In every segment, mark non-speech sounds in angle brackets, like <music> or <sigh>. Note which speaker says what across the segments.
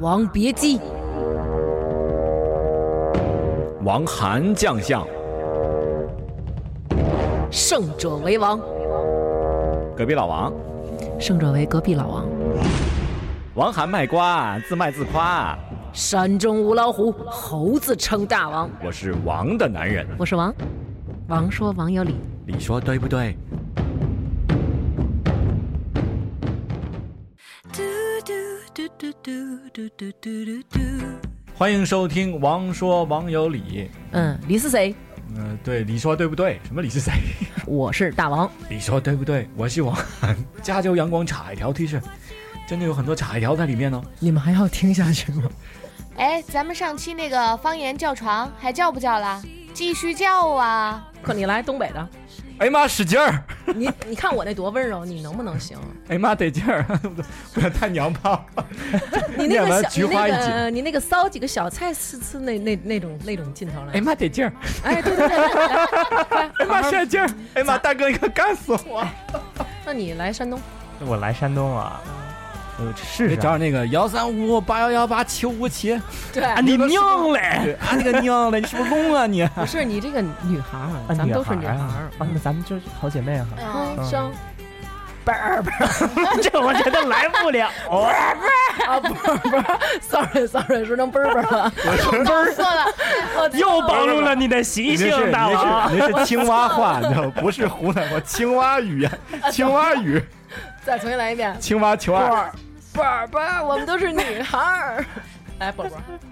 Speaker 1: 王别姬、
Speaker 2: 王韩将相。
Speaker 1: 胜者为王，
Speaker 2: 隔壁老王，
Speaker 3: 胜者为隔壁老王。
Speaker 2: 王韩卖瓜，自卖自夸。
Speaker 1: 山中无老虎，猴子称大王。
Speaker 2: 我是王的男人，
Speaker 3: 我是王，王说王有理。
Speaker 2: 你说对不对？欢迎收听《王说王有理》。
Speaker 3: 嗯，理是谁？
Speaker 2: 嗯、对，你说对不对？什么你是谁？
Speaker 3: 我是大王。
Speaker 2: 你说对不对？我是王 <laughs> 涵。加州阳光彩条 T 恤，真的有很多彩条在里面哦。
Speaker 4: 你们还要听下去吗？
Speaker 5: 哎，咱们上期那个方言叫床还叫不叫了？继续叫啊！
Speaker 3: 可你来东北的，
Speaker 2: 哎呀妈，使劲儿！
Speaker 3: 你你看我那多温柔，你能不能行？
Speaker 2: 哎呀妈，得劲儿！ <laughs> 不要太娘炮。
Speaker 3: 你那
Speaker 2: 念
Speaker 3: 个
Speaker 2: 完
Speaker 3: 小，
Speaker 2: 菊花一
Speaker 3: 你那
Speaker 2: 紧
Speaker 3: 个你那个骚几个小菜是是那那那种那种劲头
Speaker 2: 哎呀
Speaker 3: 来。
Speaker 2: 妈，得劲儿！
Speaker 3: 哎，对对对，
Speaker 2: 哎呀妈，使劲儿！ <laughs> 哎呀妈，大哥，你快干死我！
Speaker 3: 那你来山东，
Speaker 6: 我来山东啊，我试
Speaker 2: 你
Speaker 6: 试
Speaker 2: 找点那个幺三五八幺幺八七五七。
Speaker 3: 对，
Speaker 6: 啊！你娘嘞！
Speaker 2: 啊，你个娘嘞，你是不是聋啊 <laughs> 你？
Speaker 3: 不是你这个女孩儿，啊咱们都是女孩儿
Speaker 6: 啊，啊，那咱们就是好
Speaker 3: <laughs>
Speaker 6: 姐妹啊！
Speaker 5: 嗯，
Speaker 3: 嗯，生
Speaker 6: 这我觉得来
Speaker 3: <laughs>
Speaker 6: 不了。
Speaker 3: 啊，不是不是，sorry <laughs> sorry，说成啵儿啵儿了，
Speaker 5: 搞
Speaker 3: <laughs>
Speaker 5: 错了，
Speaker 3: 哎
Speaker 6: 又暴露了你的习性，大王。
Speaker 2: 您是青蛙话，你知道吗？不是湖南话，青蛙语言，青蛙语，
Speaker 3: 再重新来一遍，
Speaker 2: 青蛙球儿。
Speaker 3: 啵儿啵儿，我们都是女孩儿。 <laughs> 来，宝宝，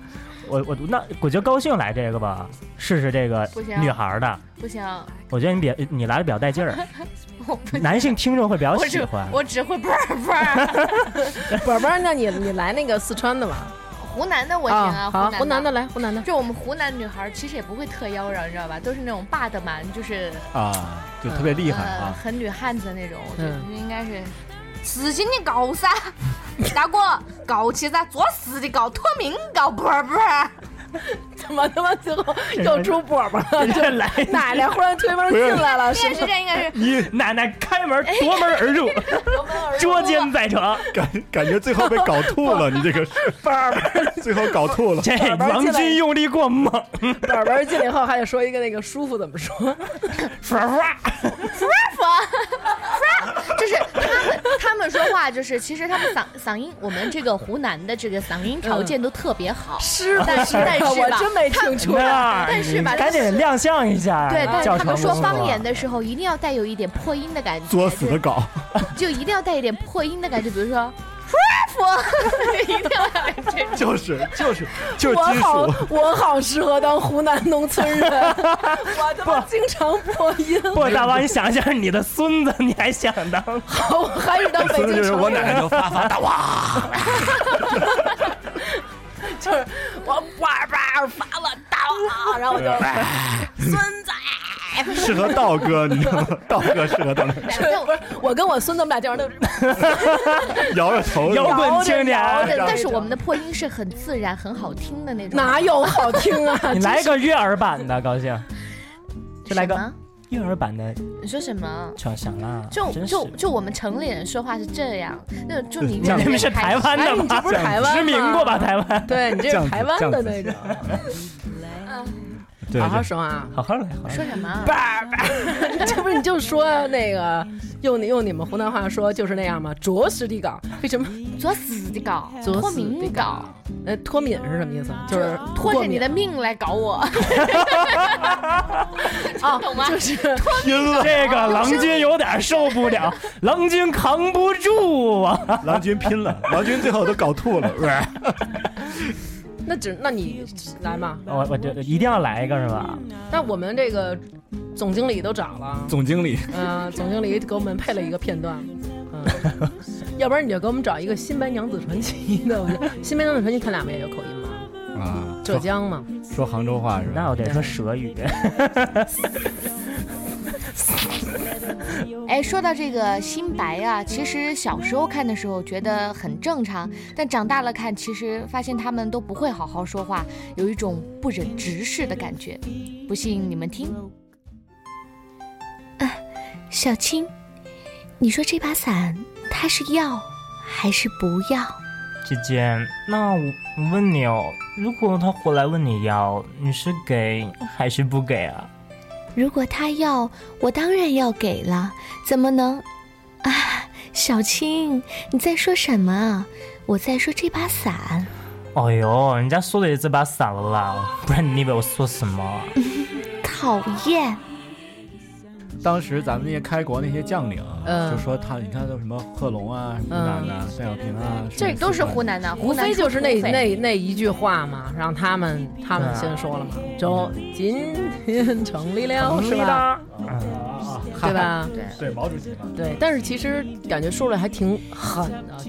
Speaker 3: <laughs>
Speaker 6: 我我那我就高兴来这个吧，试试这个
Speaker 5: 不行
Speaker 6: 女孩儿的。
Speaker 5: 不行，
Speaker 6: 我觉得你比你来的比较带
Speaker 3: <laughs>
Speaker 6: 劲儿，
Speaker 5: 我不，
Speaker 6: 男性听众会比较
Speaker 5: 我
Speaker 6: 喜
Speaker 5: 只
Speaker 6: 欢。
Speaker 5: 我只会啵儿啵 <laughs> 儿。
Speaker 3: 宝宝，那你你来那个四川的吧？
Speaker 5: 湖南的我行啊，
Speaker 3: 好，湖南
Speaker 5: 南
Speaker 3: 的。来，湖南的。
Speaker 5: 就我们湖南女孩儿其实也不会特妖娆，你知道吧？都是那种霸的蛮，就是
Speaker 2: 啊，就特别厉害
Speaker 5: 呃
Speaker 2: 啊！
Speaker 5: 很女汉子那种。我觉得
Speaker 3: 嗯
Speaker 5: 应该是，事情你搞噻，大哥搞起噻，做事的搞，脱敏搞，啵儿啵儿。
Speaker 3: <laughs> 怎么他妈最后又出波波了？
Speaker 6: 这
Speaker 3: <laughs>
Speaker 6: 来
Speaker 3: 奶奶忽然推门进来了，
Speaker 5: 电
Speaker 3: 是 <laughs>
Speaker 5: 视这应该是
Speaker 6: 你奶奶开门夺门而入， <laughs> 捉奸
Speaker 3: <laughs>
Speaker 6: 在床。
Speaker 2: 感感觉最后被搞吐了，你这 <laughs> 个嗯是，最后搞吐 <laughs> 了。
Speaker 6: 这王军用力过猛， <laughs>
Speaker 3: 宝宝进来以后还得说一个那个舒服怎么说？
Speaker 6: 说话。
Speaker 5: 就是他们他们说话，就是其实他们嗓嗓音，我们这个湖南的这个嗓音条件都特别
Speaker 3: <laughs>
Speaker 5: 好，
Speaker 3: 是
Speaker 5: 但是但是吧
Speaker 3: <laughs> 我真没听出来。
Speaker 6: 那
Speaker 5: 但是吧
Speaker 6: 你赶紧亮相一下，
Speaker 5: 对对，
Speaker 6: 叫
Speaker 5: 他们
Speaker 6: 床啊
Speaker 5: 说
Speaker 6: 功夫
Speaker 5: 方言的时候一定要带有一点破音的感觉，
Speaker 2: 作死的搞，
Speaker 5: 就就一定要带一点破音的感觉，比如
Speaker 6: <laughs>
Speaker 5: 说。 <laughs> 舒服，一定要带这种
Speaker 2: 就是就是就是
Speaker 3: 我
Speaker 2: 金
Speaker 3: 好
Speaker 2: 属，，
Speaker 3: 我好适合当湖南农村人，我他妈经常破音，
Speaker 6: 不，大王，你想一下，你的孙子，你还想当？
Speaker 3: <laughs> 我还是当北
Speaker 2: 所以
Speaker 3: 京
Speaker 2: 就是我
Speaker 3: 城
Speaker 2: 奶
Speaker 3: 人，
Speaker 2: 奶就发发大哇，
Speaker 3: 就是我叭叭发了大了，然后 <laughs> 我就哎孙子，
Speaker 2: 适合道哥，你知道吗？道哥适合当那个
Speaker 5: 但我
Speaker 3: 不是我跟我孙子我们俩经常都是 <laughs>
Speaker 2: 摇着头，
Speaker 6: 摇滚
Speaker 3: 摇
Speaker 6: 青
Speaker 3: 着
Speaker 6: 年，
Speaker 5: 但但是我们的破音是很自然、很好听的那种。
Speaker 3: 哪有好听啊？
Speaker 6: 你来个悦耳版的，高兴。就来
Speaker 5: 什
Speaker 6: 个
Speaker 5: 么？
Speaker 6: 悦耳版的，
Speaker 5: 你说什么？
Speaker 6: 想想啦，
Speaker 5: 就
Speaker 6: 真是
Speaker 5: 就就我们城里人说话是这样，那就你
Speaker 2: 这样
Speaker 6: 你们是台湾
Speaker 3: 哎，
Speaker 6: 的
Speaker 3: 你这
Speaker 6: 吗？
Speaker 3: 不是台湾吗
Speaker 6: 殖民过吧？？台湾，
Speaker 3: 对你这是台湾的那
Speaker 2: 这
Speaker 3: 个，
Speaker 2: 对
Speaker 3: 好好说啊！
Speaker 6: 好好来，好好来
Speaker 5: 说什么？
Speaker 3: <laughs> 这不是你就说那个用你用你们湖南话说就是那样吗？着实地搞，为什么？
Speaker 5: 作死的搞，
Speaker 3: 作
Speaker 5: 脱
Speaker 3: 死地
Speaker 5: 敏搞，
Speaker 3: 呃，脱敏是什么意思？就是
Speaker 5: 拖
Speaker 3: 过
Speaker 5: 着你
Speaker 3: 敏
Speaker 5: 的命来搞 <laughs> 我，哦
Speaker 3: 啊
Speaker 5: 懂吗，
Speaker 3: 就是 <laughs>
Speaker 2: 拼了！
Speaker 6: 这个郎君有点受不了，郎君扛不住
Speaker 5: <laughs>
Speaker 6: 啊！
Speaker 2: 郎君拼了，郎君最后都搞吐了，
Speaker 3: 那只那你来嘛？
Speaker 6: 我我这一定要来一个是吧？
Speaker 3: 那我们这个总经理都找了，
Speaker 2: 总经理
Speaker 3: 嗯、总经理给我们配了一个片段。嗯，要不然你就给我们找一个《新白娘子传奇》的，我觉得《新白娘子传奇》他俩不也有口音吗？
Speaker 2: 啊，
Speaker 3: 浙江嘛，
Speaker 2: 说杭州话是吧？
Speaker 6: 那我得说舌语，
Speaker 5: 哎，说到这个新白啊，其实小时候看的时候觉得很正常，但长大了看，其实发现他们都不会好好说话，有一种不忍直视的感觉。不信你们听。啊小青，你说这把伞它是要还是不要？
Speaker 6: 姐姐，那我问你哦，如果他回来问你要，你是给还是不给啊？
Speaker 4: 如果他要，我当然要给了，怎么能？啊，小青，你在说什么啊？我在说这把伞。
Speaker 6: 哎呦，人家说的也这把伞了啦，不然你以为我说什么啊？
Speaker 4: 讨厌，
Speaker 2: 当时咱们那些开国那些将领啊，
Speaker 3: 嗯
Speaker 2: 就说他，你看都什么贺龙啊、什么湖南的、戴小平啊，
Speaker 5: 这都是湖
Speaker 2: 南。
Speaker 5: 南的，
Speaker 3: 无
Speaker 5: 哦湖南
Speaker 3: 非
Speaker 5: 出
Speaker 3: 就是那
Speaker 5: 土匪
Speaker 3: 那那一句话嘛，让他们他们
Speaker 6: 对啊
Speaker 3: 先说了嘛，就今天成立了是吧？
Speaker 6: 吧？
Speaker 3: 对吧？
Speaker 2: 对，毛主席嘛。
Speaker 3: 对，但是其实感觉说出来还挺狠的，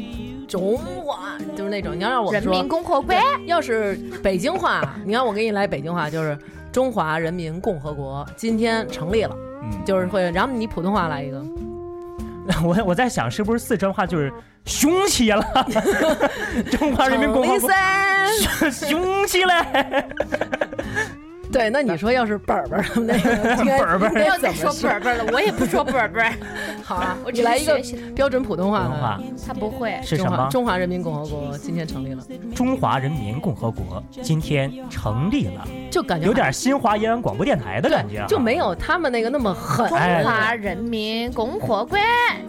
Speaker 3: 中华就是那种。你要让我
Speaker 5: 人
Speaker 3: 说
Speaker 5: 民，共和国，
Speaker 3: 要是北京话，你看我给你来北京话，就是中华人民共和国今天成立了，
Speaker 2: 嗯，
Speaker 3: 就是会。然后你普通话来一个，
Speaker 6: <laughs> 我我在想是不是四川话就是凶起 <laughs> 了，中华人民共和
Speaker 3: 成立
Speaker 6: 国
Speaker 3: 三
Speaker 6: 凶起来。
Speaker 3: <laughs> 对，那你说要是本儿本儿他们 <laughs> 那个应该，
Speaker 6: 本儿本儿
Speaker 3: 应
Speaker 5: 不
Speaker 3: 该
Speaker 5: 要
Speaker 3: 怎
Speaker 5: 再
Speaker 3: 么
Speaker 5: 说
Speaker 3: 说
Speaker 5: 本本了，我也不说本本，
Speaker 3: 好啊，<laughs>
Speaker 5: 我
Speaker 3: 你
Speaker 5: 只
Speaker 3: 来
Speaker 5: 是
Speaker 3: 一个
Speaker 5: 学习的
Speaker 3: 标准普通话
Speaker 6: 普通
Speaker 3: 来
Speaker 6: 话
Speaker 5: 他不会。
Speaker 6: 是什
Speaker 3: 中华
Speaker 6: 么？
Speaker 3: 中华人民共和国今天成立了，
Speaker 6: 中华人民共和国今天成立了，
Speaker 3: 就感觉
Speaker 6: 有点新华延安广播电台的感觉啊，
Speaker 3: 就没有他们那个那么狠。
Speaker 5: 中
Speaker 6: 哎
Speaker 5: 华人民共和国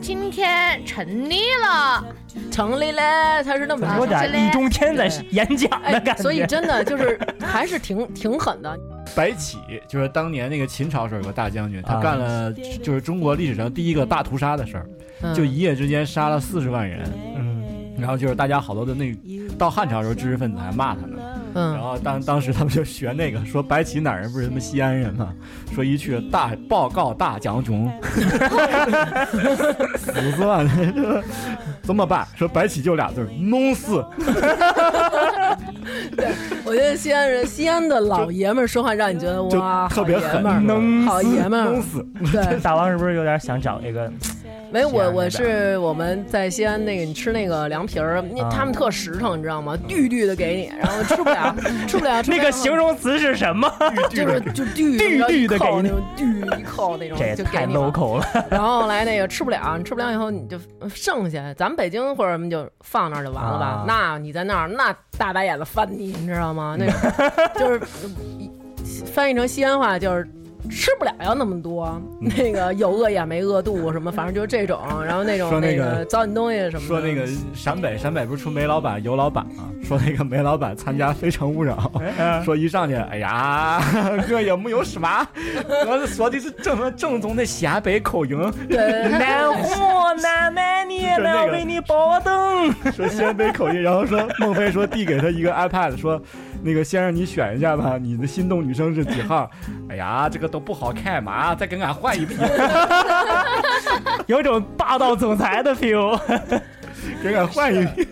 Speaker 5: 今天成立了，
Speaker 3: 成立嘞，他是那么
Speaker 6: 怎
Speaker 3: 着
Speaker 6: 啊么有点易中天在演讲的感
Speaker 3: 哎，
Speaker 6: 觉。啊
Speaker 3: 所以真的就是还是挺挺狠的。
Speaker 2: 白起就是当年那个秦朝时候有个大将军，他
Speaker 6: 啊
Speaker 2: 干了就是中国历史上第一个大屠杀的事儿，
Speaker 3: 嗯
Speaker 2: 就一夜之间杀了四十万人，
Speaker 6: 嗯，
Speaker 2: 然后就是大家好多的那到汉朝的时候知识分子还骂他呢，然
Speaker 3: 嗯，
Speaker 2: 后当当时他们就学那个说白起哪儿人不是什么西安人嘛，说一去大报告大将军，死算了，怎么办？说白起就俩字儿弄死，
Speaker 3: 我觉得西安人、西安的老爷们儿说话让你觉得
Speaker 2: 就
Speaker 3: 哇，
Speaker 2: 特别
Speaker 3: 好爷
Speaker 2: 狠
Speaker 3: 们儿，
Speaker 6: 能
Speaker 3: 好爷们
Speaker 2: 弄
Speaker 3: 儿。
Speaker 2: 死，
Speaker 6: <laughs>
Speaker 3: 对，
Speaker 6: 大王是不是有点想找那个？
Speaker 3: 没有
Speaker 6: 西安
Speaker 3: 我
Speaker 6: 那
Speaker 3: 我
Speaker 6: 边
Speaker 3: 是我们在西安那个，你吃那个凉皮儿，那
Speaker 6: 啊
Speaker 3: 他们特实诚，你知道吗？绿绿的给你，然后吃不
Speaker 6: <laughs>
Speaker 3: 了，吃不了，吃不
Speaker 6: <laughs> 那
Speaker 3: 了
Speaker 6: 个形容词是什 <laughs> 么？
Speaker 3: 就是就绿
Speaker 6: <laughs> 绿绿的给
Speaker 3: 那
Speaker 6: 你
Speaker 3: 种绿一扣那种，
Speaker 6: 这也
Speaker 3: 就给
Speaker 6: 太
Speaker 3: 你了
Speaker 6: local 了。
Speaker 3: 然后后来那个吃不了，你吃不了以后你就剩下，咱们北京或者什么就放那儿就完了吧。
Speaker 6: 啊
Speaker 3: 那你在那儿那大白眼子翻你，你知道吗？那
Speaker 2: <laughs>
Speaker 3: 个就是翻译成西安话就是。吃不了要那么多，
Speaker 2: 嗯
Speaker 3: 那个有饿也没饿肚，什么反正就是这种，然后那种
Speaker 2: 说
Speaker 3: 那
Speaker 2: 那个
Speaker 3: 个糟践东西什么的，
Speaker 2: 说那个陕北，陕北不是出煤老板、油老板吗？说那个煤老板参加《非诚勿扰》，
Speaker 6: 嗯
Speaker 2: 说一上去，哎呀，哥有没有什么？我说的是正正宗的陕北口音，
Speaker 3: 对
Speaker 2: <laughs>
Speaker 6: 难活难难你，
Speaker 2: 就那
Speaker 6: 难
Speaker 2: 个
Speaker 6: 为你保等。
Speaker 2: 说陕北口音，然后说孟非说递给他一个 iPad，说那个先让你选一下吧，你的心动女生是几号？哎呀，这个都不好看嘛，再给俺换一批，
Speaker 6: <laughs> 有一种霸道总裁的 <laughs> feel。
Speaker 2: 给俺换一批，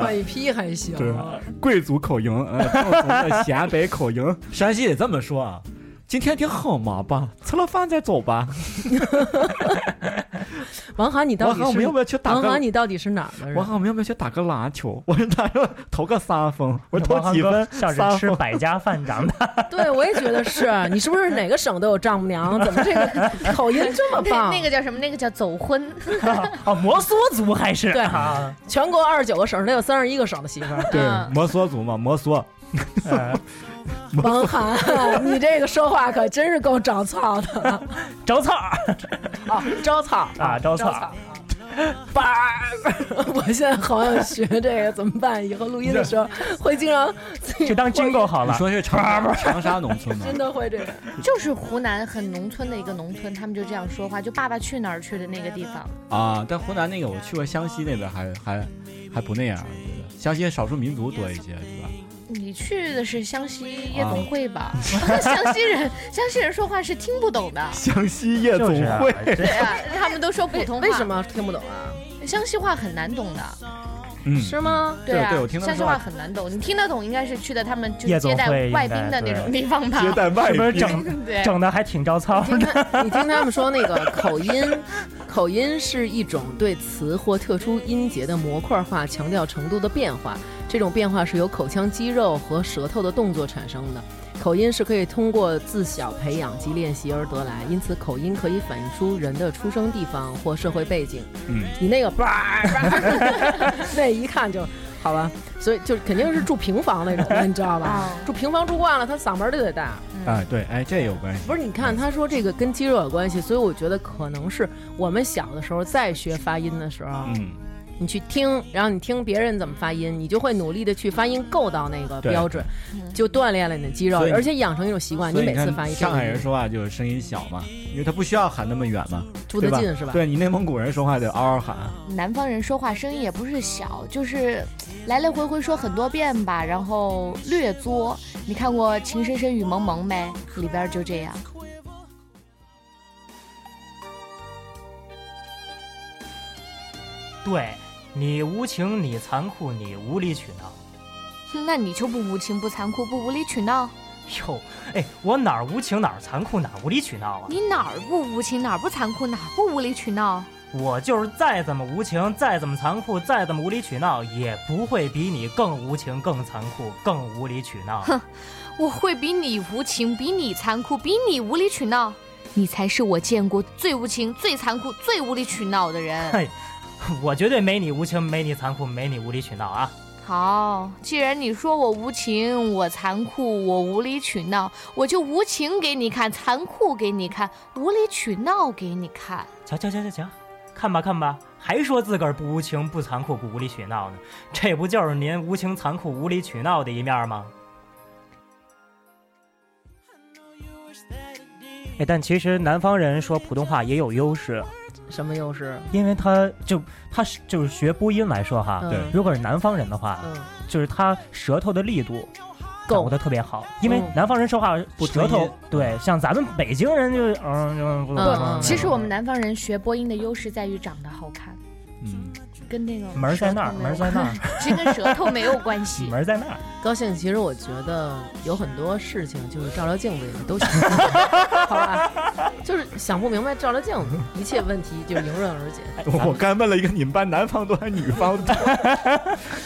Speaker 3: 换一批还行。
Speaker 2: 对，贵族口音，呃，正宗的陕北口音，山西得这么说啊。今天挺好嘛吧，吃了饭再走吧。
Speaker 3: 王涵，你到
Speaker 2: 王
Speaker 3: 底
Speaker 2: 涵，我们
Speaker 3: 是
Speaker 2: 要不要去打
Speaker 3: 王
Speaker 2: 个？
Speaker 3: 涵，你到底是哪儿的
Speaker 2: 王
Speaker 3: 人？
Speaker 2: 涵，我们要不要去打个篮球？我打个投个三分，我投
Speaker 6: 王浩
Speaker 2: 几
Speaker 6: 哥
Speaker 2: 分？
Speaker 6: 像
Speaker 2: 三
Speaker 6: 是吃
Speaker 2: 分。
Speaker 6: 百家饭长 <laughs> 大。
Speaker 3: 对，我也觉得是。你是不是哪个省都有丈母娘？怎么这个口音这么
Speaker 5: 那
Speaker 3: 棒？
Speaker 5: 那个叫什么？那个叫走婚。 <laughs>
Speaker 6: 啊，摩梭族还是
Speaker 3: 对
Speaker 6: 啊，
Speaker 3: 全国二十九个省，他有三十一个省的媳妇儿。
Speaker 2: 对
Speaker 5: 嗯，
Speaker 2: 摩梭族嘛，摩梭。
Speaker 6: 呃
Speaker 3: <laughs> 王 <laughs> 涵，你这个说话可真是够长草的
Speaker 6: 招草儿
Speaker 3: 啊！招草
Speaker 6: 啊，招草
Speaker 3: 草 <laughs>
Speaker 6: 儿。。
Speaker 3: 叭！ <laughs> 我现在好想学这个，怎么办？以后录音的时候会经常自己
Speaker 6: 就当
Speaker 3: 会
Speaker 6: 军购好了。
Speaker 2: 是长沙长沙
Speaker 3: <laughs>
Speaker 2: 农村吗
Speaker 3: 真的会这个。
Speaker 5: 就是湖南很农村的一个农村，他们就这样说话，就《爸爸去哪儿去》的那个地方。
Speaker 2: 啊，但湖南那个我去过，湘西那边还还还不那样，我觉得湘西少数民族多一些，是吧？
Speaker 5: 你去的是湘西夜总会吧？湘西人， <laughs> 湘西人说话是听不懂的，
Speaker 2: 湘西夜
Speaker 6: 就是啊，
Speaker 5: 对啊，他们都说普通话。
Speaker 3: 为什？么听不懂啊？
Speaker 5: 湘西话很难懂的，
Speaker 2: <laughs> 嗯，
Speaker 3: 是吗？
Speaker 5: 对啊，
Speaker 2: 对我听他们
Speaker 5: 湘西
Speaker 2: 说话
Speaker 5: 话很难懂。你听得懂，应该是去的他们就
Speaker 6: 夜
Speaker 5: 是
Speaker 6: 总
Speaker 5: 接
Speaker 6: 会
Speaker 5: 待外宾
Speaker 6: 应该
Speaker 5: 的那种地方吧？
Speaker 2: 接待外
Speaker 6: 是不是
Speaker 2: 宾，
Speaker 5: <laughs>
Speaker 6: 整
Speaker 5: 对，
Speaker 6: 整的还挺招操
Speaker 3: 听他，你听他们说那个口音，口音是一种对词或特殊音节的模块化强调程度的变化，这种变化是由口腔肌肉和舌头的动作产生的。口音是可以通过自小培养及练习而得来，因此口音可以反映出人的出生地方或社会背景。
Speaker 2: 嗯，
Speaker 3: <laughs> 你那个叭儿，叭儿那一看就好吧，所以就是肯定是住平房那种的，你知道吧？
Speaker 5: 啊，
Speaker 3: 住平房住惯了，他嗓门儿就得大。
Speaker 5: 嗯
Speaker 2: 哎，对，哎，这有关系。
Speaker 3: 不是，你看他说这个跟肌肉有关系，所以我觉得可能是我们小的时候在学发音的时候，
Speaker 2: 嗯，
Speaker 3: 你去听，然后你听别人怎么发音，你就会努力的去发音够到那个
Speaker 2: 对
Speaker 3: 标准，
Speaker 5: 嗯
Speaker 3: 就锻炼了你的肌肉
Speaker 2: 所以，
Speaker 3: 而且养成一种习惯，
Speaker 2: 所以
Speaker 3: 每次
Speaker 2: 看
Speaker 3: 发一
Speaker 2: 上海人说话就是声音小嘛，因为他不需要喊那么远嘛，
Speaker 3: 住
Speaker 2: 对
Speaker 3: 得
Speaker 2: 吧？
Speaker 3: 近是吧？
Speaker 2: 对你内蒙古人说话得嗷嗷喊，
Speaker 5: 南方人说话声音也不是小，就是来来回回说很多遍吧，然后略作。你看过《情深深雨蒙蒙》没？里边就这样。
Speaker 6: <laughs> 对你无情，你残酷，你无理取闹。
Speaker 5: 哼那你就不无情、不残酷、不无理取闹？
Speaker 6: 哟，哎，我哪儿无情哪儿残酷哪儿无理取闹啊！
Speaker 5: 你哪儿不无情，哪儿不残酷，哪儿不无理取闹？
Speaker 6: 我就是再怎么无情，再怎么残酷，再怎么无理取闹，也不会比你更无情、更残酷、更无理取闹。
Speaker 5: 我会比你无情，比你残酷，比你无理取闹。你才是我见过最无情、最残酷、最无理取闹的人。
Speaker 6: 我绝对没你无情，没你残酷，没你无理取闹啊！
Speaker 5: 好，既然你说我无情，我残酷，我无理取闹，我就无情给你看，残酷给你看，无理取闹给你看。
Speaker 6: 瞧瞧瞧瞧瞧，看吧看吧，还说自个儿不无情、不残酷、不无理取闹呢，这不就是您无情、残酷、无理取闹的一面吗？哎，但其实南方人说普通话也有优势，
Speaker 3: 什么优势？
Speaker 6: 因为他就他是就是学播音来说哈，
Speaker 2: 对
Speaker 3: 嗯
Speaker 6: 如果是南方人的话，
Speaker 3: 嗯，
Speaker 6: 就是他舌头的力度掌握
Speaker 3: 够
Speaker 6: 的特别好，因为
Speaker 3: 嗯
Speaker 6: 南方人说话
Speaker 2: 不
Speaker 6: 舌
Speaker 2: 吞
Speaker 6: 头
Speaker 2: 音
Speaker 6: 对，像咱们北京人就嗯嗯不
Speaker 3: 嗯
Speaker 6: 嗯，
Speaker 5: 其实我们南方人学播音的优势在于长得好看，
Speaker 6: <laughs>
Speaker 2: 嗯，
Speaker 5: 跟那个
Speaker 6: 门儿在那儿，
Speaker 5: 舌头没
Speaker 6: 门儿
Speaker 3: <laughs>
Speaker 5: 有
Speaker 6: 在那儿，
Speaker 5: 这跟舌头没有关系。
Speaker 6: 门儿在那儿。
Speaker 3: 高兴。其实我觉得有很多事情就是照照镜子也都行，好吧？就是想不明白照照镜子，一切问题就迎刃而解。
Speaker 2: 我刚问了一个你们班南方多 <laughs> 还是女方多？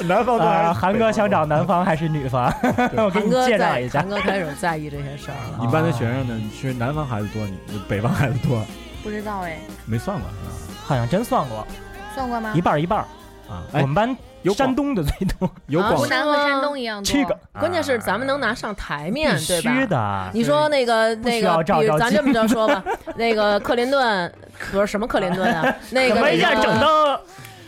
Speaker 2: 南方多还
Speaker 6: 啊，
Speaker 2: 是
Speaker 6: 韩
Speaker 2: 北
Speaker 6: 哥
Speaker 2: 方
Speaker 6: 想
Speaker 2: 多
Speaker 6: 找男方还是女方？ <laughs> 我给
Speaker 3: 韩
Speaker 6: 你
Speaker 3: 哥
Speaker 6: 介绍
Speaker 3: 在
Speaker 6: 一，下
Speaker 3: 韩。哥开始在意这些事儿了。
Speaker 2: 你们班的学生呢？是南方孩子多，你北方孩子多？
Speaker 5: 不知道哎，
Speaker 2: 没算过是
Speaker 6: 好像真算过，
Speaker 3: 啊
Speaker 5: 算过吗
Speaker 6: 一？半儿一半儿。
Speaker 2: 吧？啊，
Speaker 6: 我
Speaker 2: 哎，
Speaker 6: 们班
Speaker 2: 有
Speaker 6: 山
Speaker 2: 广
Speaker 6: 东的最多，
Speaker 2: 有
Speaker 3: 啊
Speaker 2: 广
Speaker 5: 湖南和山东一样多。
Speaker 6: 七个。
Speaker 3: 关键是咱们能拿上台面
Speaker 6: 啊必，
Speaker 3: 对吧？
Speaker 6: 须的。
Speaker 3: 你说那个
Speaker 6: 不
Speaker 3: 那
Speaker 6: 需要
Speaker 3: 个，
Speaker 6: 照
Speaker 3: 比
Speaker 6: 照
Speaker 3: 咱
Speaker 6: 镜
Speaker 3: 这么着说
Speaker 6: <laughs>
Speaker 3: 吧，那个克林顿不是什么克林顿啊，那
Speaker 6: 怎
Speaker 3: 个
Speaker 6: 么
Speaker 3: 那
Speaker 6: 一下
Speaker 3: 个
Speaker 6: 整到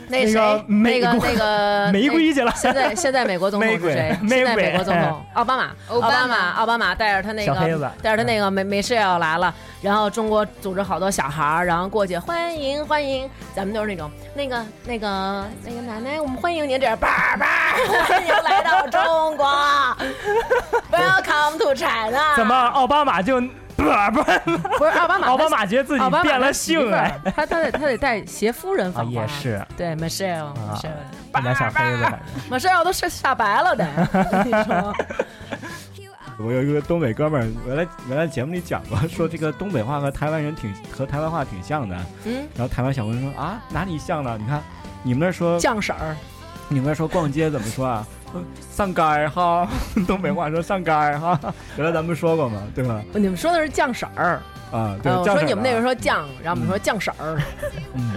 Speaker 3: 那
Speaker 6: 那个
Speaker 3: 谁那
Speaker 6: 美
Speaker 3: 个呃
Speaker 6: 国
Speaker 3: 那啊个
Speaker 6: <laughs> 玫瑰去了？
Speaker 3: 现在现在美国总统
Speaker 6: 玫
Speaker 3: 是
Speaker 6: 瑰
Speaker 3: 谁？
Speaker 6: 玫
Speaker 3: 现在美
Speaker 6: 瑰
Speaker 3: 国总统奥巴马，
Speaker 5: 奥
Speaker 3: 奥
Speaker 5: 巴马
Speaker 3: 巴马，奥巴马带着他那
Speaker 6: 哎小黑
Speaker 3: 个
Speaker 6: 子
Speaker 3: 带着他那个美美式要来了，然后中国组织好多小孩儿，然后过去欢迎欢迎，咱们都是那种那个那个那个奶奶，我们欢迎您这样，叭叭， <laughs> 欢迎来到中国，Welcome to China。
Speaker 6: 怎么奥巴马就不不，
Speaker 3: 不是奥巴马？
Speaker 6: 奥巴马觉得自己
Speaker 3: 奥巴马
Speaker 6: 变
Speaker 3: 他
Speaker 6: 了
Speaker 3: 媳
Speaker 6: 性
Speaker 3: 妇儿
Speaker 6: 哎。
Speaker 3: 他他得他得带携夫人
Speaker 6: 啊，
Speaker 3: 访华，
Speaker 6: 也是，
Speaker 3: 对 Michelle
Speaker 6: 啊
Speaker 3: Michelle
Speaker 6: 你俩小黑子感觉。
Speaker 3: Michelle 都是傻白了
Speaker 6: <laughs>
Speaker 3: 得，你说
Speaker 2: 我有一个东北哥们儿，原来原来节目里讲过，说这个东北话和台湾人挺和台湾话挺像的。
Speaker 3: 嗯，
Speaker 2: 然后台湾小朋友说啊，哪里像了？你看你们那儿说，
Speaker 3: 酱婶儿。
Speaker 2: 你们那儿说逛街怎么说啊？嗯上街儿哈， <laughs> 东北话说上街儿哈。 <laughs> 原来咱们说过嘛，对吧？
Speaker 3: 你们说的是酱婶儿，
Speaker 2: 啊，对，
Speaker 3: 呃我
Speaker 2: 酱
Speaker 3: 说
Speaker 2: 婶
Speaker 3: 你们那
Speaker 2: 儿
Speaker 3: 边
Speaker 2: 啊
Speaker 3: 说酱，然后我们说酱婶儿，
Speaker 2: 嗯。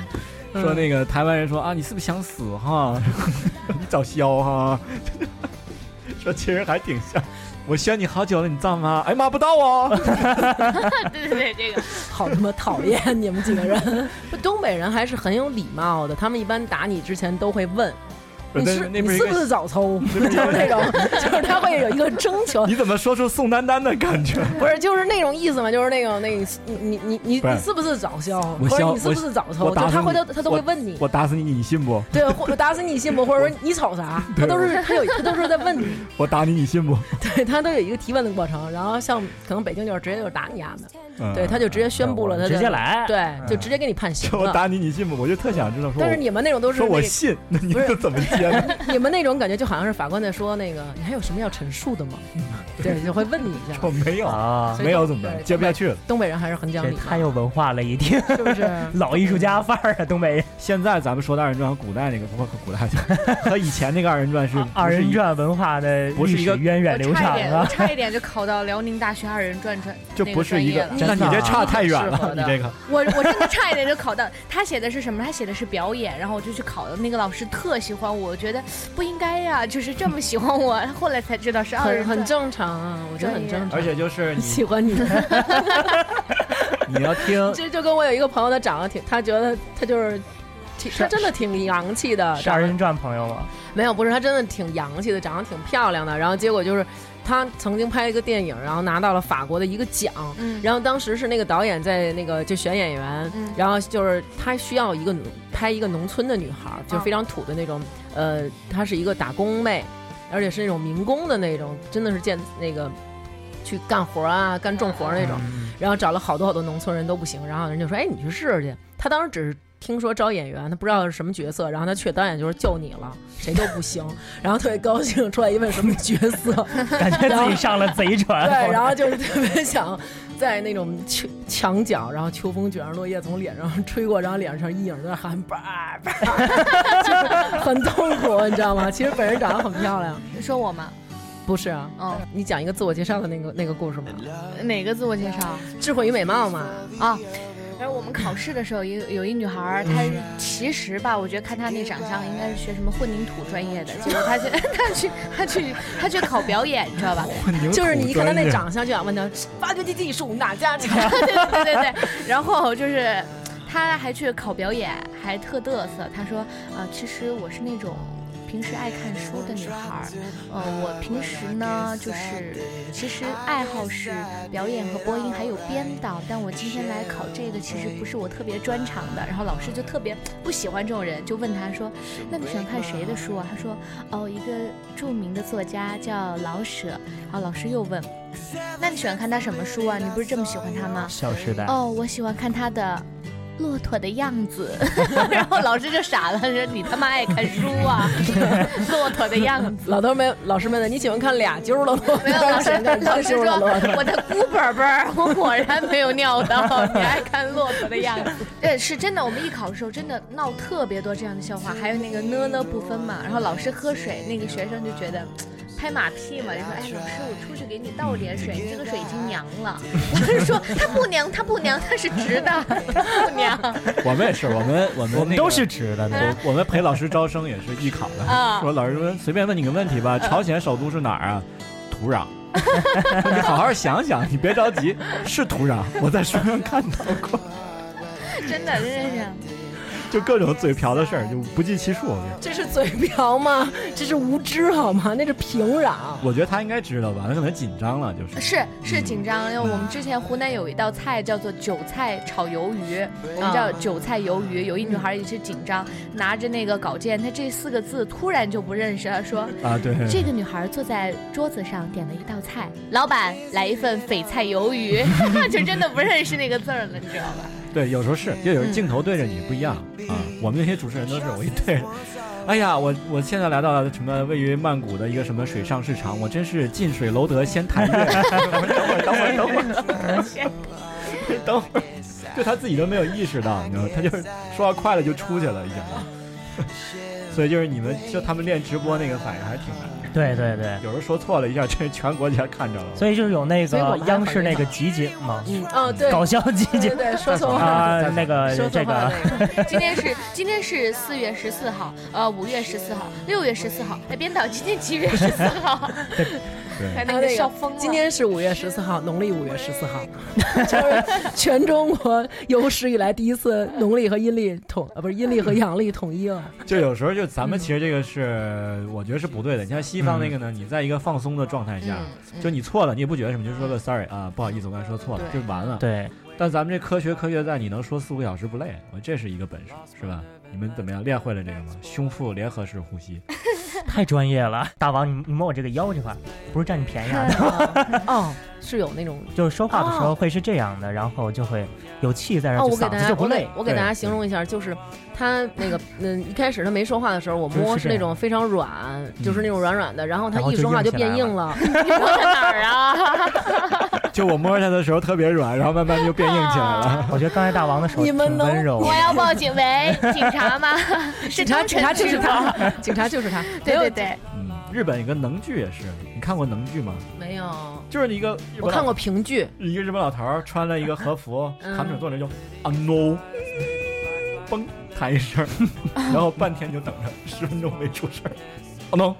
Speaker 2: 说那个台湾人说啊，你是不是想死哈？ <laughs> 你找削哈？ <laughs> 说其实还挺像。我选你好久了，你知道吗？哎妈，不到哦。
Speaker 5: <laughs> 对对对，这
Speaker 2: <laughs>
Speaker 5: 个
Speaker 3: 好他妈讨厌你们几个人。 <laughs> 不，东北人还是很有礼貌的，他们一般打你之前都会问你
Speaker 2: 呃但
Speaker 3: 是你
Speaker 2: 那边一
Speaker 3: 是不
Speaker 2: 个，
Speaker 3: 是早抽，就是 <laughs> 那种，
Speaker 2: <laughs>
Speaker 3: 就是他会有一个征求， <laughs>
Speaker 2: 你怎么说出宋丹丹的感觉？
Speaker 3: 不是就是那种意思嘛，就是那种那个你你你
Speaker 2: 不是
Speaker 3: 你是不是早消，
Speaker 2: 我
Speaker 3: 或者
Speaker 2: 消
Speaker 3: 你是不是早
Speaker 2: 我
Speaker 3: 抽，
Speaker 2: 我
Speaker 3: 就
Speaker 2: 打
Speaker 3: 他
Speaker 2: 死
Speaker 3: 会
Speaker 2: 你
Speaker 3: 他他都会问你。
Speaker 2: 我打死你，你信不？
Speaker 3: 对，或打死你信不，或者说你瞅
Speaker 2: <laughs>
Speaker 3: 啥，他都是他有他都是在问你， <laughs>
Speaker 2: 我打你，你信不？
Speaker 3: 对他都有一个提问的过程。然后像可能北京就是直接就是打你丫啊的，
Speaker 2: 嗯
Speaker 3: 对，他就直接宣布了，他的
Speaker 6: 嗯直接来。
Speaker 3: 对，就直接给你判刑
Speaker 2: <laughs> 我
Speaker 3: 了。
Speaker 2: 打你，你信不？我就特想知道说
Speaker 3: 但是
Speaker 2: 我。
Speaker 3: 你们那种都是
Speaker 2: 说我
Speaker 3: 那
Speaker 2: 信， <laughs> 那你
Speaker 3: 不是
Speaker 2: 这怎么接
Speaker 3: <laughs>
Speaker 2: 呢？
Speaker 3: 个，你们那种感觉就好像是法官在说那个，你还有什么要陈述的吗？对，就会问你一下。
Speaker 2: 我没有，
Speaker 6: 啊
Speaker 3: 所以，
Speaker 2: 没有怎么办？
Speaker 3: 对
Speaker 2: 接不下去了。
Speaker 3: 东北人还是很讲
Speaker 6: 这
Speaker 3: 理
Speaker 6: 太
Speaker 3: 的，
Speaker 6: 有文化了，一定
Speaker 3: 是不是？
Speaker 6: 老艺术家范儿啊，东北人。
Speaker 2: 现在咱们说的二人转和古代那个，不和古代去，和以前那个二人转
Speaker 3: 嗯
Speaker 2: 是
Speaker 6: 啊二人
Speaker 2: 转。
Speaker 6: 转文化的
Speaker 2: 不是
Speaker 6: 历
Speaker 2: 一个
Speaker 6: 史源远流
Speaker 5: 我差
Speaker 6: 长
Speaker 5: 一点，我
Speaker 6: 啊。
Speaker 5: 差一点就考到辽宁大学二人
Speaker 2: <laughs>
Speaker 5: 转专，
Speaker 2: 这不是一个
Speaker 5: 那，
Speaker 2: 那
Speaker 6: 专
Speaker 2: 你
Speaker 6: 业了
Speaker 2: 这差太远
Speaker 3: 真的啊
Speaker 2: 了，你这个
Speaker 5: 我我真的差一点就考到。他写的是什么？他写的是表演，然后我就去考了。那个老师特喜欢我，我觉得不应该呀、就是这么喜欢我。 <laughs> 后来才知道是二
Speaker 3: 很
Speaker 5: 人
Speaker 3: 很
Speaker 5: 转，
Speaker 3: 正常啊，我觉得很正常。
Speaker 2: <laughs> 而且就是你
Speaker 1: 喜欢你，
Speaker 2: 你要听
Speaker 3: 这就跟我有一个朋友，他长得挺，他觉得他就是挺，他真的挺洋气的，
Speaker 6: 是啊
Speaker 3: 长
Speaker 6: 二
Speaker 3: 得
Speaker 6: 人转朋友吗？
Speaker 3: 没有，不是，她真的挺洋气的，长得挺漂亮的。然后结果就是，她曾经拍一个电影，然后拿到了法国的一个奖。
Speaker 5: 嗯
Speaker 3: 然后当时是那个导演在那个就选演员，
Speaker 5: 嗯
Speaker 3: 然后就是他需要一个拍一个农村的女孩儿，就非常土的那种，呃，她是一个打工妹，而且是那种民工的那种，真的是见那个去干活啊、干重活那种。 <laughs>
Speaker 6: 嗯
Speaker 3: 然后找了好多好多农村人都不行，然后人就说：“哎，你去试试去。”他当时只是听说招演员，他不知道是什么角色，然后他去，导演就说：“就你了，谁都不行。” <laughs> 然后特别高兴，出来一问什么角色，
Speaker 6: 感觉自己上了贼船。
Speaker 3: 对， <laughs> 然
Speaker 6: <laughs>
Speaker 3: 后就是特别想在那种秋墙角，然后秋风卷着落叶从脸上吹过，然后脸上一影在那喊叭叭， <laughs> 就是很痛苦，你知道吗？其实本人长得很漂亮，
Speaker 5: 你嗯说我吗？
Speaker 3: 不是啊？
Speaker 5: 哦，
Speaker 3: 你讲一个自我介绍的那个那个故事吗？
Speaker 5: 哪个自我介绍？
Speaker 3: 智慧与美貌嘛，
Speaker 5: 啊。然后我们考试的时候，有有一女孩儿，她其实吧，我觉得看她那长相，应该是学什么混凝土专业的。结果她去， <laughs> 她去，她去，她去考表演，你知道吧？
Speaker 3: <laughs> 就是你一看他那长相就想问他，挖掘机技术哪家强？
Speaker 5: <laughs> 对对对，然后就是他还去考表演，还特嘚瑟。他说：“啊、其实我是那种平时爱看书的女孩儿，呃，我平时呢就是其实爱好是表演和播音还有编导，但我今天来考这个其实不是我特别专长的。”然后老师就特别不喜欢这种人，就问他说：“那你喜欢看谁的书啊？”他说：“哦，一个著名的作家叫老舍。”然后老师又问。那你喜欢看他什么书啊？你不是这么喜欢他吗？
Speaker 6: 小时代，
Speaker 5: 哦，我喜欢看他的《骆驼的样子》， <laughs> 然后老师就傻了，说你他妈爱看书 <laughs> 啊，《骆驼的样子
Speaker 3: <laughs> 老头没老师们的，你喜欢看俩揪了吗？》。
Speaker 5: 没
Speaker 3: <laughs>
Speaker 5: 有老师，老师
Speaker 3: 揪了吗
Speaker 5: 说我的姑本本儿，我果然没有尿到。你爱看骆驼的样子？ <laughs> 对，是真的。我们艺考的时候真的闹特别多这样的笑话，还有那个呢呢不分嘛。然后老师喝水，那个学生就觉得。拍马屁嘛，就说哎，老师，我出去给你倒点水，你这个水已经凉了。 <laughs> 我是说，它不凉，它不凉，它是直的，它不凉。
Speaker 2: <laughs> 我们也是，我们我们那
Speaker 6: 我们
Speaker 2: 个
Speaker 6: 都是直的呢。
Speaker 2: 我我们陪老师招生也是艺考的
Speaker 3: <laughs>
Speaker 2: <laughs>
Speaker 5: 啊，
Speaker 2: 说老师说随便问你个问题
Speaker 5: <laughs>
Speaker 2: 吧，朝鲜首都是哪儿啊？土壤。 <laughs> 说你好好想想，你别着急，是土
Speaker 5: <laughs>
Speaker 2: 壤。我在书上看到过，
Speaker 5: 真的，真的是。
Speaker 2: 就各种嘴瓢的事儿，就不计其数。我跟你说
Speaker 3: 这是嘴瓢吗？这是无知好吗？那是平壤。
Speaker 2: 我觉得他应该知道吧，他可能紧张了，就是。
Speaker 5: 是是紧张，因为我们之前湖南有一道菜叫做韭菜炒鱿鱼，
Speaker 3: 嗯
Speaker 5: 我们叫韭菜鱿鱼。有一女孩也是紧张，拿着那个稿件，她这四个字突然就不认识了，说
Speaker 3: 嗯
Speaker 2: 啊，对，
Speaker 5: 这个女孩坐在桌子上点了一道菜，老板来一份翡翠
Speaker 3: <laughs>
Speaker 5: 鱿鱼， <laughs> 就真的不认识那个字儿了，你知道吧？
Speaker 2: 对，有时候是，就
Speaker 5: 嗯
Speaker 2: 有人镜头对着你不一样啊。我们那些主持人都是我一对
Speaker 5: <laughs>
Speaker 2: 着，哎呀，我我现在来到了什么位于曼谷的一个什么水上市场，我真是近水楼得先
Speaker 5: <laughs>
Speaker 2: 谈月。 <laughs> 等会儿，等会儿，等会
Speaker 6: <laughs>
Speaker 2: 儿，等会儿，就他自己都没有意识到，你知道吗？他就是说话快了就出去了，已经。 <laughs> 所以就是你
Speaker 6: <laughs>
Speaker 2: 们就他们练直播那个反应还是挺难的，
Speaker 6: <laughs> 对对对，
Speaker 2: 有时候说错了一下， <laughs> 这全国家看着了。
Speaker 6: 所以就是有那
Speaker 3: 所以我
Speaker 6: 个
Speaker 3: 们还
Speaker 6: 央视
Speaker 3: 很
Speaker 6: 那个
Speaker 3: 厉害
Speaker 6: 集锦嘛，
Speaker 3: 嗯，哦，对，
Speaker 6: 搞笑集
Speaker 3: 对
Speaker 6: 锦
Speaker 3: 对对，
Speaker 2: <laughs>
Speaker 3: 说错话
Speaker 6: 啊
Speaker 3: 了，，
Speaker 6: 那
Speaker 2: 哎
Speaker 6: 个
Speaker 3: 说错
Speaker 6: 这
Speaker 3: 话了
Speaker 6: 个。
Speaker 3: 那个。
Speaker 5: 今天是今天是四月十四号，呃，五月十四号，六月十四号。哎，编导，今天几月十四
Speaker 3: <laughs>
Speaker 5: 号？
Speaker 2: 对
Speaker 6: <laughs>
Speaker 5: 哎，
Speaker 3: 然
Speaker 5: 那
Speaker 3: 后 <laughs>
Speaker 5: 个
Speaker 3: 那
Speaker 5: 笑疯
Speaker 3: 个
Speaker 5: 了。，
Speaker 3: 今天是五月十四号，农历五月十四号， <laughs> 就是全中国有史以来第一次农历和阴历统，呃，不是阴历和阳历统一了。
Speaker 2: 就有时候就咱们其实这个是，我觉得是不对的。
Speaker 6: 嗯
Speaker 2: 你像西方那个呢，你在一个放松的状态下，就你错了，你也不觉得什么，就说个 sorry 啊，不好意思，我刚才说错了，就完了。
Speaker 6: 对，
Speaker 2: 但咱们这科学科学在，你能说四五小时不累，我这是一个本事，是吧？你们怎么样练会了这个吗？胸腹联合式呼吸，
Speaker 6: 太专业了，大王，你你摸我这个腰这块儿，不是占你便
Speaker 3: <laughs>
Speaker 6: 宜啊，
Speaker 5: <laughs>
Speaker 3: 哦，是有那种
Speaker 6: 就是说话的时候会是这样的，然后就会有气
Speaker 5: 哎
Speaker 6: 在这儿，
Speaker 3: 哦，
Speaker 6: 就
Speaker 3: 我给
Speaker 6: 嗓
Speaker 3: 大
Speaker 6: 子
Speaker 3: 家 <laughs>
Speaker 6: 就，不
Speaker 3: 我
Speaker 6: 累
Speaker 3: 给。我给大家形容一下，就是他那个，嗯，一开始他没说话的时候，我
Speaker 6: 就是
Speaker 3: 摸
Speaker 6: 是
Speaker 3: 是那
Speaker 6: 这样嗯
Speaker 3: 种非常软，就是那种软软的，然后他
Speaker 6: 然后
Speaker 3: 一
Speaker 6: 就
Speaker 3: 说话
Speaker 6: 硬
Speaker 3: 就
Speaker 6: 起
Speaker 3: 变
Speaker 6: 来
Speaker 3: 硬
Speaker 6: <laughs>
Speaker 3: 了，
Speaker 5: 你说在哪儿 <laughs> 啊？
Speaker 2: 就我摸它的时候特别软，然后慢慢就变硬起来
Speaker 3: 啊
Speaker 2: 了。
Speaker 6: 我觉得刚才大王的手
Speaker 3: 你
Speaker 6: 挺
Speaker 3: 们能
Speaker 6: 温柔
Speaker 5: 我，要报警，喂，警察吗？
Speaker 3: 警
Speaker 5: 是
Speaker 3: 察，
Speaker 5: 当
Speaker 3: 警
Speaker 5: 成
Speaker 3: 察就是他，警察就是他，
Speaker 5: <laughs>
Speaker 3: 没
Speaker 5: 对对
Speaker 3: 有，
Speaker 5: 对，
Speaker 2: 嗯，日本有个能剧也是，你看过能剧吗？
Speaker 3: 没有，
Speaker 2: 就是一个日本
Speaker 3: 我看
Speaker 2: 老
Speaker 3: 过评剧，
Speaker 2: 一个日本老头儿穿了一个和服，
Speaker 3: 嗯
Speaker 2: 扛着坐着就啊 no，嘣弹一声儿，
Speaker 3: <laughs>
Speaker 2: 然后半天就等着，十分钟没出事儿，哦 no，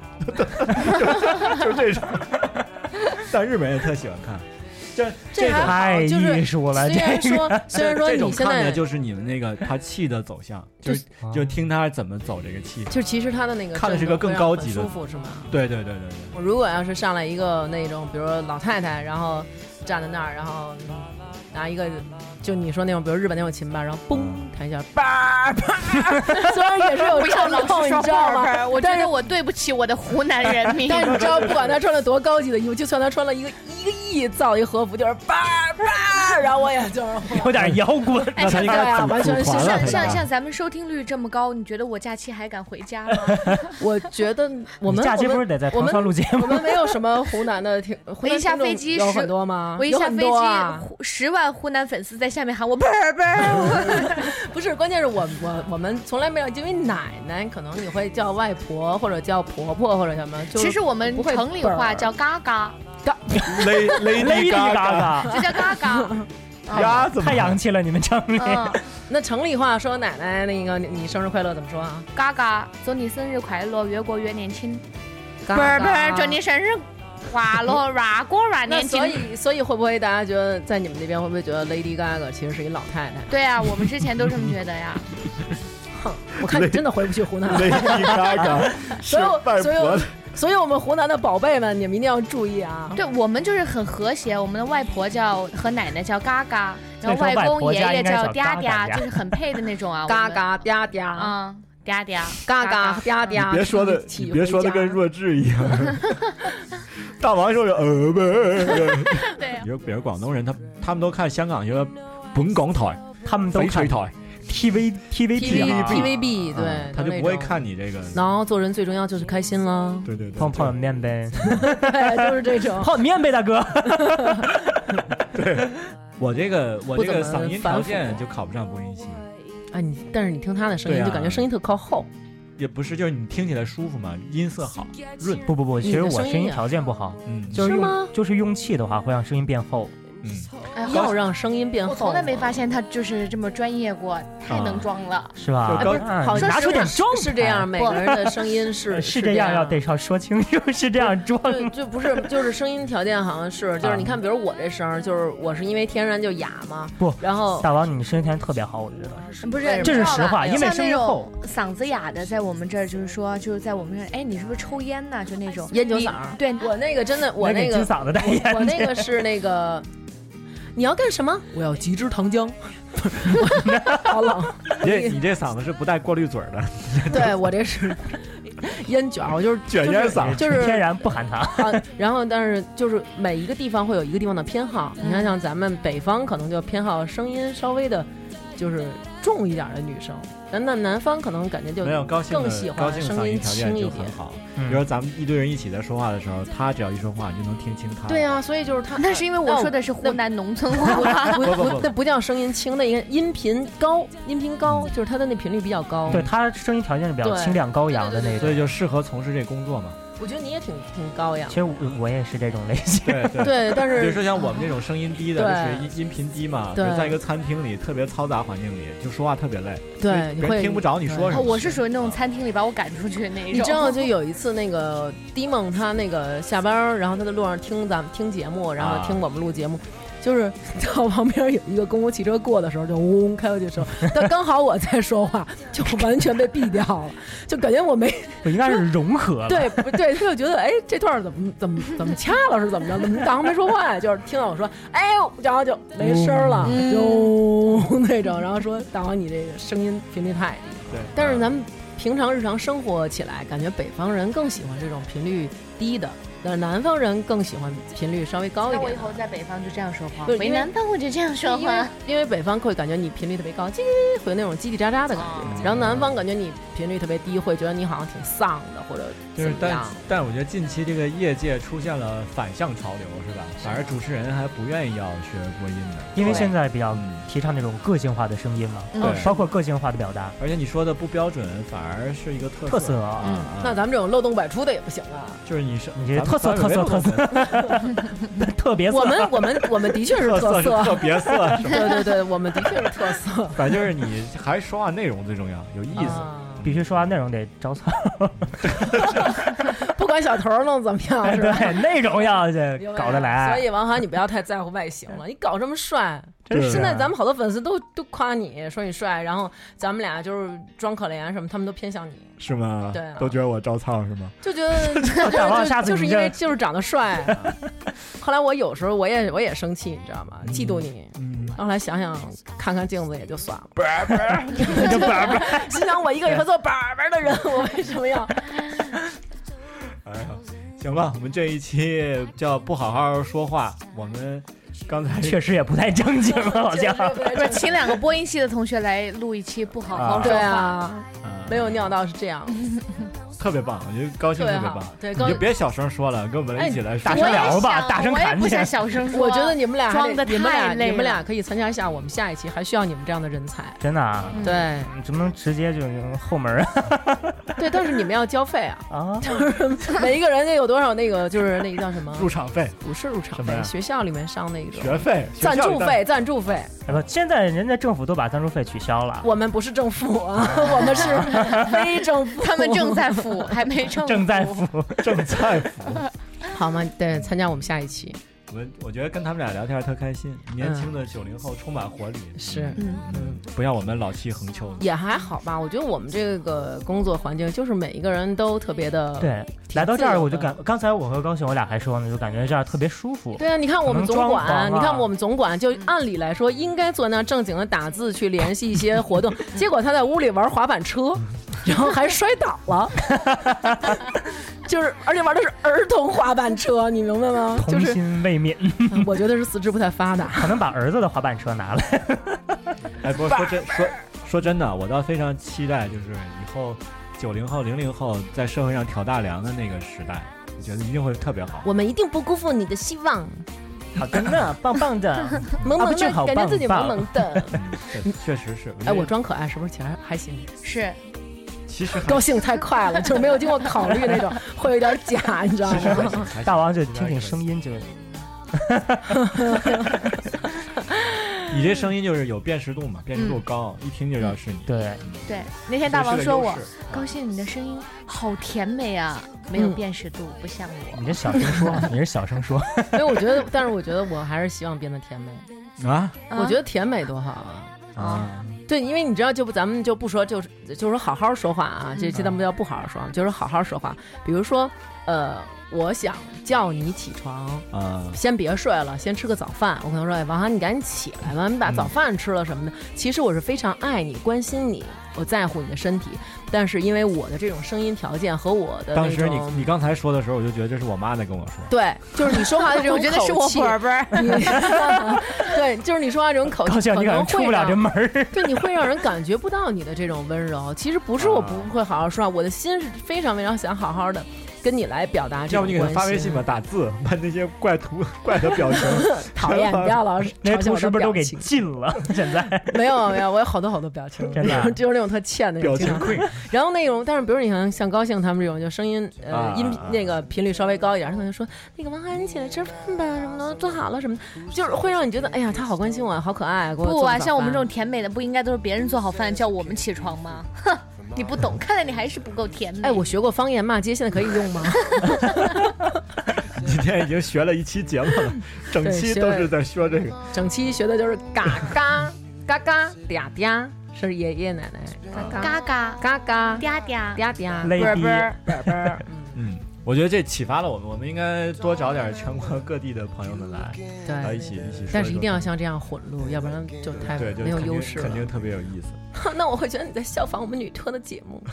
Speaker 2: 就就这事儿。
Speaker 3: <laughs>
Speaker 2: 但日本人也特喜欢看，这
Speaker 3: 这
Speaker 2: 种
Speaker 3: 还好
Speaker 6: 太
Speaker 3: 啊就是
Speaker 6: 艺术了，
Speaker 3: 虽然
Speaker 6: <laughs> 这个
Speaker 3: 说，虽然说
Speaker 2: <laughs> 这
Speaker 3: 你
Speaker 2: 种
Speaker 3: 现
Speaker 2: 看
Speaker 3: 在
Speaker 2: 的就是你们那个他气的走向，就
Speaker 3: 就是
Speaker 2: 就听他怎么走这个气。
Speaker 3: 就其实他的那个
Speaker 2: 看的是个更高级的
Speaker 3: 震动会让我很舒服是吗？
Speaker 2: 对对对对
Speaker 3: 我如果要是上来一个那种，比如说老太太，然后站在那儿，然后嗯拿一个就你说那种，比如日本那种琴吧，然后嘣弹一下，叭叭， <laughs> 虽然也是有
Speaker 5: 不要
Speaker 3: 震
Speaker 5: 老
Speaker 3: 动，
Speaker 5: 是说
Speaker 3: 你知道
Speaker 5: 报
Speaker 3: 吗？ <laughs>
Speaker 5: 儿，我
Speaker 3: 但
Speaker 5: 觉
Speaker 3: 是
Speaker 5: 得我对不起我的湖南 <laughs> 人民。
Speaker 3: 但是你知道，不管他穿了多高级的衣服，就算他穿了一个一个亿造的一和服，就是叭叭，然后我也就是
Speaker 6: 有点摇滚。
Speaker 5: 哎
Speaker 2: 那他应该组
Speaker 3: 完全是
Speaker 2: 组团了，他
Speaker 5: 像
Speaker 2: 应该
Speaker 5: 像像咱们收听率这么高，你觉得我假期还敢回家
Speaker 3: <laughs>
Speaker 5: 吗？
Speaker 3: 我觉得我们
Speaker 6: 你假期
Speaker 3: 我
Speaker 6: 不
Speaker 3: 们
Speaker 6: 是得在
Speaker 3: 我
Speaker 6: 唐
Speaker 3: 们
Speaker 6: 山录节
Speaker 3: 我
Speaker 6: 目？
Speaker 3: 们没有什么湖南的听，湖
Speaker 5: 我
Speaker 3: 南
Speaker 5: 一下
Speaker 3: 听众
Speaker 5: 飞机
Speaker 3: 有
Speaker 5: 是
Speaker 3: 很多吗？
Speaker 5: 我一
Speaker 3: 有
Speaker 5: 下
Speaker 3: 很
Speaker 5: 飞
Speaker 3: 多啊
Speaker 5: 机，十万湖南粉丝在下面喊我啵儿啵儿，
Speaker 3: 不是，关键是我我我们从来没有，因为奶奶可能你会叫外婆或者叫婆婆或者什么，就是
Speaker 5: 其实我们
Speaker 3: 不会
Speaker 5: 城里
Speaker 3: 啵儿
Speaker 5: 话叫嘎嘎，
Speaker 2: Lady
Speaker 6: <laughs> Lady
Speaker 2: Gaga，
Speaker 6: Gaga，
Speaker 5: 就叫嘎
Speaker 3: <laughs>
Speaker 5: 嘎。
Speaker 2: 呀，怎么
Speaker 6: 太洋气了，你们城里。
Speaker 5: 嗯，
Speaker 3: 那城里话说奶奶那个你你生日快乐怎么说啊？
Speaker 5: 嘎嘎，祝你生日快乐，越过越年轻。
Speaker 3: 嘎
Speaker 5: 啵儿啵
Speaker 3: 嘎
Speaker 5: 儿，祝你生日快乐，越过越
Speaker 3: 那
Speaker 5: 年
Speaker 3: 所
Speaker 5: 轻。
Speaker 3: 以所以会不会大家觉得在你们那边会不会觉得 Lady Gaga 其实是一老太太？
Speaker 5: 对啊，我们之前都这么觉得呀。
Speaker 3: 我看你真的回不去湖南了。
Speaker 2: Lady <laughs> Gaga 是
Speaker 3: 所有
Speaker 2: 外
Speaker 3: 所
Speaker 2: 婆
Speaker 3: 有所以我们湖南的宝贝们，你们一定要注意啊！
Speaker 5: 对我们就是很和谐，我们的外婆叫和奶奶叫嘎嘎，然后
Speaker 6: 所以说外
Speaker 5: 公
Speaker 6: 婆
Speaker 5: 爷
Speaker 6: 家
Speaker 5: 爷
Speaker 6: 应该
Speaker 5: 叫
Speaker 6: 叫
Speaker 5: 嗲
Speaker 6: 嘎嘎
Speaker 5: 嗲，
Speaker 6: 呀
Speaker 5: 就是很配的那种
Speaker 3: <laughs>
Speaker 5: 啊。
Speaker 3: 嘎嘎嗲嗲，
Speaker 5: 啊，嗯嗲嗲
Speaker 3: 嘎嘎嗲嗲，
Speaker 2: 别说的
Speaker 3: 一，起
Speaker 2: 你别说的
Speaker 3: 回
Speaker 2: 跟
Speaker 3: 家
Speaker 2: 弱智一样。
Speaker 3: <laughs>
Speaker 2: 大王说是呃不是，
Speaker 5: <laughs> 对啊
Speaker 2: 比如比如广东人，他他们都看香港一个本港台、
Speaker 6: 他们都
Speaker 2: 翡翠
Speaker 6: 看
Speaker 2: 台，
Speaker 6: TV TVT
Speaker 3: TV
Speaker 6: 啊
Speaker 3: TVB
Speaker 2: 啊
Speaker 3: 对，
Speaker 2: 他就
Speaker 3: 那
Speaker 2: 不会
Speaker 3: 种。
Speaker 2: 看你这个。
Speaker 3: 然后做人最重要就是开心了，
Speaker 2: 对对对，
Speaker 6: 碰碰面
Speaker 3: <laughs>
Speaker 6: 呗，
Speaker 3: 对， <laughs> 就是这种。
Speaker 6: 碰面呗，大哥。
Speaker 2: 我这个我
Speaker 3: 不
Speaker 2: 这
Speaker 3: 怎
Speaker 2: 个
Speaker 3: 么
Speaker 2: 嗓音
Speaker 3: 反
Speaker 2: 条
Speaker 3: 复
Speaker 2: 件就考不上播音系，
Speaker 3: 哎，你但是你听他的声音，
Speaker 2: 对啊
Speaker 3: 就感觉声音特靠后。
Speaker 2: 也不是就是你听起来舒服嘛，音色好，润，
Speaker 6: 不不不，其实
Speaker 3: 你的
Speaker 6: 我
Speaker 3: 声音啊
Speaker 6: 声音
Speaker 3: 也
Speaker 6: 条件不好，
Speaker 2: 嗯，
Speaker 6: 就是
Speaker 3: 是
Speaker 6: 用
Speaker 3: 吗
Speaker 6: 就是用气的话会让声音变厚。
Speaker 2: 嗯，
Speaker 5: 哎
Speaker 3: 要让声音变
Speaker 5: 我
Speaker 3: 厚，
Speaker 5: 从来没发现他就是这么专业过，太能装了。
Speaker 6: 是吧？
Speaker 2: 就高
Speaker 6: 哎
Speaker 3: 啊好
Speaker 6: 你
Speaker 3: 像
Speaker 6: 拿出点装
Speaker 3: 是这样，
Speaker 6: 哎
Speaker 3: 每个人的声音
Speaker 6: 呃 <laughs>
Speaker 3: 是
Speaker 6: 是
Speaker 3: 这
Speaker 6: 这样，要
Speaker 3: 对
Speaker 6: 得要说清楚， <laughs> 是这样装。
Speaker 3: 就不是就是声音条件好像是就是你看，比如我这声儿，就是我是因为天然就哑嘛，
Speaker 6: 不
Speaker 3: 然后
Speaker 6: 大王，你声音条件特别好，我觉得
Speaker 5: 不是
Speaker 3: 为什，么
Speaker 6: 哎这是
Speaker 5: 你知道
Speaker 6: 实
Speaker 5: 吧
Speaker 6: 话，因为
Speaker 5: 像
Speaker 6: 声
Speaker 5: 那
Speaker 6: 音
Speaker 5: 种
Speaker 6: 厚。
Speaker 5: 嗓子哑的，在我们这儿就是说，就是在我们这儿，哎，你是不是抽烟呐？就那种
Speaker 3: 烟酒
Speaker 5: 你
Speaker 3: 嗓儿
Speaker 5: 对，
Speaker 3: 我那个真的我
Speaker 6: 那
Speaker 3: 那
Speaker 6: 给
Speaker 3: 个
Speaker 6: 金嗓子代言，
Speaker 3: 我那个
Speaker 6: <laughs>
Speaker 3: 是那个，你要干什么？我要几支糖浆。 <laughs> 好冷，
Speaker 2: 你这你这嗓子是不带过滤嘴儿的，
Speaker 3: 对我这是烟卷儿，我就是
Speaker 2: 卷烟嗓
Speaker 3: 就是就是
Speaker 6: 天然不含糖。
Speaker 3: 啊，然后但是就是每一个地方会有一个地方的偏好，你看像咱们北方可能就偏好声音稍微的，就是重一点的女生，那那南方可能感觉就
Speaker 2: 没有高兴
Speaker 3: 更
Speaker 2: 的
Speaker 3: 喜
Speaker 2: 高
Speaker 3: 欢
Speaker 2: 兴的
Speaker 3: 声
Speaker 2: 嗓
Speaker 3: 音
Speaker 2: 音条件
Speaker 3: 轻一
Speaker 2: 就
Speaker 3: 点
Speaker 2: 很。好。比
Speaker 6: 嗯
Speaker 2: 如说咱们一堆人一起在说话的时候，他只要一说话，你就能听清他。
Speaker 3: 对啊，所以就是他
Speaker 5: 那是因为我说的是湖南农村话。
Speaker 3: 不
Speaker 2: 不不
Speaker 3: 不，那不叫声音轻，那应该音频高，音频高，就是他的那频率比较高。
Speaker 6: 对，他声音条件是比较
Speaker 3: 对
Speaker 6: 清亮高扬的那
Speaker 2: 所
Speaker 6: 种
Speaker 2: 以。就适合从事这工
Speaker 6: <laughs>
Speaker 2: 作嘛。
Speaker 3: 我觉得你也挺挺高呀
Speaker 6: 其。实我我也是这种类型。
Speaker 2: 对对。
Speaker 3: 对，但
Speaker 2: 比如
Speaker 3: 是
Speaker 2: 说像我们这种声音低的，就
Speaker 3: 对
Speaker 2: 是音音频低嘛，就
Speaker 3: 对
Speaker 2: 是在一个餐厅里特别嘈杂环境里，就说话特别累，
Speaker 3: 对你
Speaker 2: 别
Speaker 3: 会
Speaker 2: 人听不着你说
Speaker 3: 对
Speaker 2: 什么。
Speaker 5: <laughs> 哦，
Speaker 2: 啊
Speaker 5: 我是属于那种餐厅里把我赶出去的那一种。
Speaker 3: 你知道，就有一次那个迪梦他那个下班儿，然后他在路上听咱们听节目，然后听我们录节目，就是到旁边有一个公共汽车过的时候，就嗡嗡开过去的时候，但刚好我在说话，就完全被毙掉了，就感觉我没
Speaker 6: 我应该
Speaker 3: <laughs>
Speaker 6: 是融合了。
Speaker 3: 对不对，他就觉得哎这段儿怎么怎么怎么掐了是怎么着，怎么刚没说话呀？就是听到我说哎呦，然后就没声儿了，
Speaker 5: 嗯
Speaker 3: 就嗡那种，然后说大王你这个声音频率太低。
Speaker 2: 对，
Speaker 3: 但是咱们平常日常生活起来，感觉北方人更喜欢这种频率低的，但是南方人更喜欢频率稍微高一
Speaker 5: 那我以
Speaker 3: 点的。
Speaker 5: 后在北方就这样说话，
Speaker 3: 对因为
Speaker 5: 回南方我就这样说
Speaker 3: 因为
Speaker 5: 话。
Speaker 3: 因为北方会感觉你频率特别高，叽叽叽会有那种叽叽喳喳的感觉，
Speaker 5: 哦
Speaker 3: 然后南方感觉你频率特别低，会觉得你好像挺丧的或者怎
Speaker 2: 就是
Speaker 3: 么
Speaker 2: 但
Speaker 3: 样。
Speaker 2: 但我觉得近期这个业界出现了反向潮流，是吧？反而主持人还不愿意要学播音的，
Speaker 6: 因为现在比较
Speaker 2: 嗯，
Speaker 6: 提倡那种个性化的声音嘛，
Speaker 3: 嗯
Speaker 2: 对，
Speaker 6: 包括个性化的表达
Speaker 2: 而且你说的不标准，反而是一个特
Speaker 6: 特
Speaker 2: 色
Speaker 6: 色。
Speaker 2: 啊
Speaker 6: 啊。
Speaker 2: 啊
Speaker 3: 那咱们这种漏洞百出的也不行
Speaker 2: <laughs>
Speaker 3: 啊。
Speaker 2: 就是你是
Speaker 6: 你这
Speaker 2: 咱们
Speaker 6: 特色
Speaker 2: 范围
Speaker 6: 特色
Speaker 2: 不够
Speaker 6: 特
Speaker 2: 深
Speaker 6: 特别色
Speaker 3: 我们我们我们的确是特
Speaker 2: 特是 <laughs> 特别色，是吧
Speaker 3: 对对对，我们的确是特色。
Speaker 2: 反正就是你还是说话内容最重要，有意思。
Speaker 3: 啊
Speaker 6: 必须说话内容得着草，
Speaker 3: 不管小头儿弄怎么样，是
Speaker 6: 对 <laughs>
Speaker 3: 吧？
Speaker 6: 内容要这
Speaker 3: 明白啊
Speaker 6: 搞
Speaker 3: 所
Speaker 6: 得来。
Speaker 3: 以王涵，你不要太在乎外形了，你搞这么帅，
Speaker 6: 真是
Speaker 3: 现在咱们好多粉丝都都夸你说你帅，然后咱们俩就是装可怜啊什么，他们都偏向你，
Speaker 2: 是吗？
Speaker 3: 对啊
Speaker 2: 都觉得我照唱是吗？
Speaker 3: 就觉 <laughs> 得
Speaker 6: 展望
Speaker 3: 就
Speaker 6: 下次
Speaker 3: 就是
Speaker 6: 你
Speaker 3: 因为
Speaker 6: 这
Speaker 3: 就是长得 <laughs> 帅。后来我有时候我也我也生气，你知道吗？嫉妒你。
Speaker 2: 嗯，
Speaker 3: 然后后来想想，看看镜子也就 <laughs> 算了。
Speaker 6: <laughs> 就不然
Speaker 3: 心想我一个以后做板板的人，我为什么 <laughs> 要？
Speaker 2: 哎呀，行吧，我们这一期叫不好好说话，我们刚才
Speaker 6: 确实也不太正经了，
Speaker 3: <laughs>
Speaker 6: 好像。
Speaker 7: 不是请两个播音系的同学来录一期不好好
Speaker 2: 啊
Speaker 7: 说
Speaker 3: 对
Speaker 7: 话。
Speaker 3: 啊，
Speaker 2: 啊
Speaker 3: 没有尿道是这 <laughs> 样。
Speaker 2: 特别棒，我觉得高兴
Speaker 3: 特别
Speaker 2: 特别
Speaker 3: 好
Speaker 2: 棒。
Speaker 3: 对啊哎高
Speaker 2: 你就别小声说了，跟我们一起来说
Speaker 6: 大
Speaker 7: 我
Speaker 6: 声
Speaker 7: 也
Speaker 6: 聊吧
Speaker 7: 想
Speaker 6: 大声
Speaker 7: 我也
Speaker 6: 喊
Speaker 7: 不
Speaker 6: 去
Speaker 7: 想小声说。
Speaker 3: 我觉得你们俩还得
Speaker 7: 装得
Speaker 3: 你们俩
Speaker 7: 太累
Speaker 3: 你们俩
Speaker 7: 了
Speaker 3: 可以参加一下我们下一期，还需要你们这样的人才。
Speaker 6: 真的啊，
Speaker 7: 嗯
Speaker 3: 对
Speaker 6: 怎么能直接就后门啊
Speaker 3: 对，但是你们要交费啊，
Speaker 6: 啊？
Speaker 3: <laughs> 每一个人得有多少那个就是那个叫什么？
Speaker 2: 入场费、
Speaker 3: 不 <laughs> 是入场
Speaker 2: 什么呀
Speaker 3: 费，学校里面上那个
Speaker 2: 学费、学校
Speaker 3: 赞
Speaker 2: 里
Speaker 3: 助
Speaker 2: 的
Speaker 3: 费，赞助费。
Speaker 6: 哎不，现在人家政府都把赞助费取消了，
Speaker 3: 我们不是政府
Speaker 2: <laughs>
Speaker 3: 啊，我们是非政 <laughs> 府。
Speaker 7: 他们正在腐，还没
Speaker 6: <laughs>
Speaker 7: 正
Speaker 6: 正在
Speaker 7: 腐。
Speaker 6: 付。
Speaker 3: <laughs>
Speaker 2: 正在服。
Speaker 3: 好吗？对，参加我们下一期
Speaker 2: 我我觉得跟他们俩聊天特开心，年轻的九零后充满活力，
Speaker 3: 嗯是。
Speaker 2: 嗯，不像我们老气横秋。
Speaker 3: 也还好吧，我觉得我们这个工作环境就是每一个人都特别的。
Speaker 6: 对，
Speaker 3: 挺
Speaker 6: 来到这
Speaker 3: 自
Speaker 6: 儿
Speaker 3: 由
Speaker 6: 我就
Speaker 3: 的
Speaker 6: 感，刚才我和高雄我俩还说呢，就感觉这儿特别舒服。
Speaker 3: 对啊，你看我们总管，
Speaker 6: 可能装潢啊
Speaker 3: 你看我们总管，就按理来说应该坐那儿正经的打字去联系一些活
Speaker 6: <laughs>
Speaker 3: 动，结果他在屋里玩滑板车，然后还摔倒
Speaker 6: <laughs>
Speaker 3: 了，就是而且玩的是儿童滑板车，你明白吗？就
Speaker 6: 童
Speaker 3: 是
Speaker 6: 心未泯， <laughs>
Speaker 3: 我觉得是四肢不太发达，
Speaker 6: 可能把儿子的滑板车拿来。
Speaker 2: 哎，不是说真说说真的，我倒非常期待，就是以后九零后、零零后在社会上挑大梁的那个时代，我觉得一定会特别好。
Speaker 3: 我们一定不辜负你的希望，
Speaker 6: 好的呢，棒棒的。
Speaker 3: 萌萌
Speaker 6: 啊不
Speaker 3: 的，
Speaker 6: 正好
Speaker 3: 感觉
Speaker 6: 棒
Speaker 3: 自己萌
Speaker 6: 棒
Speaker 3: 萌
Speaker 6: <laughs>
Speaker 3: 的。
Speaker 2: 对嗯确实是。
Speaker 3: 哎，我
Speaker 2: 觉得
Speaker 3: 装可爱是不是其实还行？
Speaker 7: 是，
Speaker 2: 其实还
Speaker 3: 高兴太快了，就是没有经过考虑那种，会有点假，你知道
Speaker 2: 其实
Speaker 3: 吗？
Speaker 2: 还行还行
Speaker 6: 大王就听听声音就，
Speaker 2: 你这声音就是有辨识度嘛，辨识度高，一听就知道是你。
Speaker 6: 对，
Speaker 7: 对。那天大王说我
Speaker 2: 这是个优势啊
Speaker 7: 高兴，你的声音好甜美啊，没有
Speaker 3: 嗯
Speaker 7: 辨识度，不像我。
Speaker 6: 你这小声说，你是小声说，
Speaker 3: 所以我觉得，但是我觉得我还是希望变得甜美。
Speaker 2: 啊
Speaker 7: 嗯
Speaker 3: 我觉得甜美多好啊！
Speaker 2: 啊！
Speaker 3: 对，因为你知道，就不咱们就不说，就是就是说好好说话啊。这期咱们叫不好好说，就是好好说话。比如说，呃，我想叫你起床，
Speaker 2: 啊，
Speaker 3: 先别睡了，先吃个早饭。我可能说，哎，王涵，你赶紧起来吧，你把早饭吃了什么的。其实我是非常爱你、关心你，我在乎你的身体，但是因为我的这种声音条件和我的
Speaker 2: 当
Speaker 3: 那
Speaker 2: 时你
Speaker 3: 种
Speaker 2: 你刚才说的时候，我就觉得这是我妈在跟我说。
Speaker 3: 对，就是你说话的
Speaker 5: <laughs>
Speaker 3: 这种
Speaker 7: 我觉得是我
Speaker 3: 口气
Speaker 7: 本本儿。
Speaker 3: 你 <laughs> 对，就是你说话这种口
Speaker 6: 高
Speaker 3: 气，
Speaker 6: 兴
Speaker 3: 可
Speaker 6: 你可
Speaker 3: 能
Speaker 6: 能出
Speaker 3: 会
Speaker 6: 不了这
Speaker 3: 让
Speaker 6: 门儿。
Speaker 3: <laughs> 对，你会让人感觉不到你的这种温柔。其实不是我不
Speaker 2: 啊
Speaker 3: 会好好说话，我的心是非常非常想好好的跟你来表达这
Speaker 2: 要
Speaker 3: 种关
Speaker 2: 不你
Speaker 3: 心。
Speaker 2: 给她发微信吧，打字，把那些怪图、 <laughs> 怪的表情
Speaker 3: 讨
Speaker 2: <laughs>
Speaker 3: 厌，不要老是
Speaker 6: 那
Speaker 3: 嘲笑
Speaker 6: 图
Speaker 3: 我
Speaker 6: 是
Speaker 3: 的
Speaker 6: 不是
Speaker 3: 表
Speaker 6: 都给
Speaker 3: 情。
Speaker 6: 禁了？现在
Speaker 3: 没有没有，我有好多好多表情，
Speaker 6: 真的啊
Speaker 3: 就是那种特欠的那
Speaker 2: 表
Speaker 3: 种
Speaker 2: 情
Speaker 3: 经常。
Speaker 2: 溃。
Speaker 3: 然后那种，但是比如你像像高兴他们这种，就声音呃
Speaker 2: 啊
Speaker 3: 音
Speaker 2: 啊啊
Speaker 3: 那个频率稍微高一点，他可能说那个王涵你起来吃饭吧，什么的做好了什么的，就是会让你觉得哎呀他好关心我，好可爱。给我
Speaker 7: 不
Speaker 3: 做
Speaker 7: 啊，
Speaker 3: 个早
Speaker 7: 像我们
Speaker 3: 饭
Speaker 7: 这种甜美的，不应该都是别人做好饭叫我们起床吗？ <laughs> 哼，你不懂，看来你还是不够甜美。
Speaker 3: 哎，我学过方言骂街，现在可以用吗？
Speaker 2: 今天已经学了一期节目
Speaker 3: <laughs>
Speaker 2: 了，整期都是在说这个。
Speaker 3: 整期学的就是嘎
Speaker 2: <laughs>
Speaker 3: 嘎嘎嘎嗲嗲，是爷爷奶奶
Speaker 7: 嘎嘎
Speaker 3: 嘎嘎
Speaker 7: 嗲
Speaker 3: <laughs>
Speaker 7: 嗲
Speaker 3: 嗲嗲
Speaker 6: 勒
Speaker 7: 啵
Speaker 6: 逼，
Speaker 7: 啵，
Speaker 3: 啵啵。
Speaker 2: 嗯，我觉得这启发了我们，我们应该多找点全国各地的朋友们来，来一
Speaker 3: 嗯对，
Speaker 2: 起一哎起说。
Speaker 3: 但是一定要像这样混录，要不然就太
Speaker 2: 对，就
Speaker 3: 没
Speaker 2: 是
Speaker 3: 有
Speaker 2: 肯定
Speaker 3: 优势
Speaker 2: 肯定
Speaker 3: 了。
Speaker 2: 特别有意思
Speaker 3: <laughs> 那我会觉得你在效仿我们女托的节目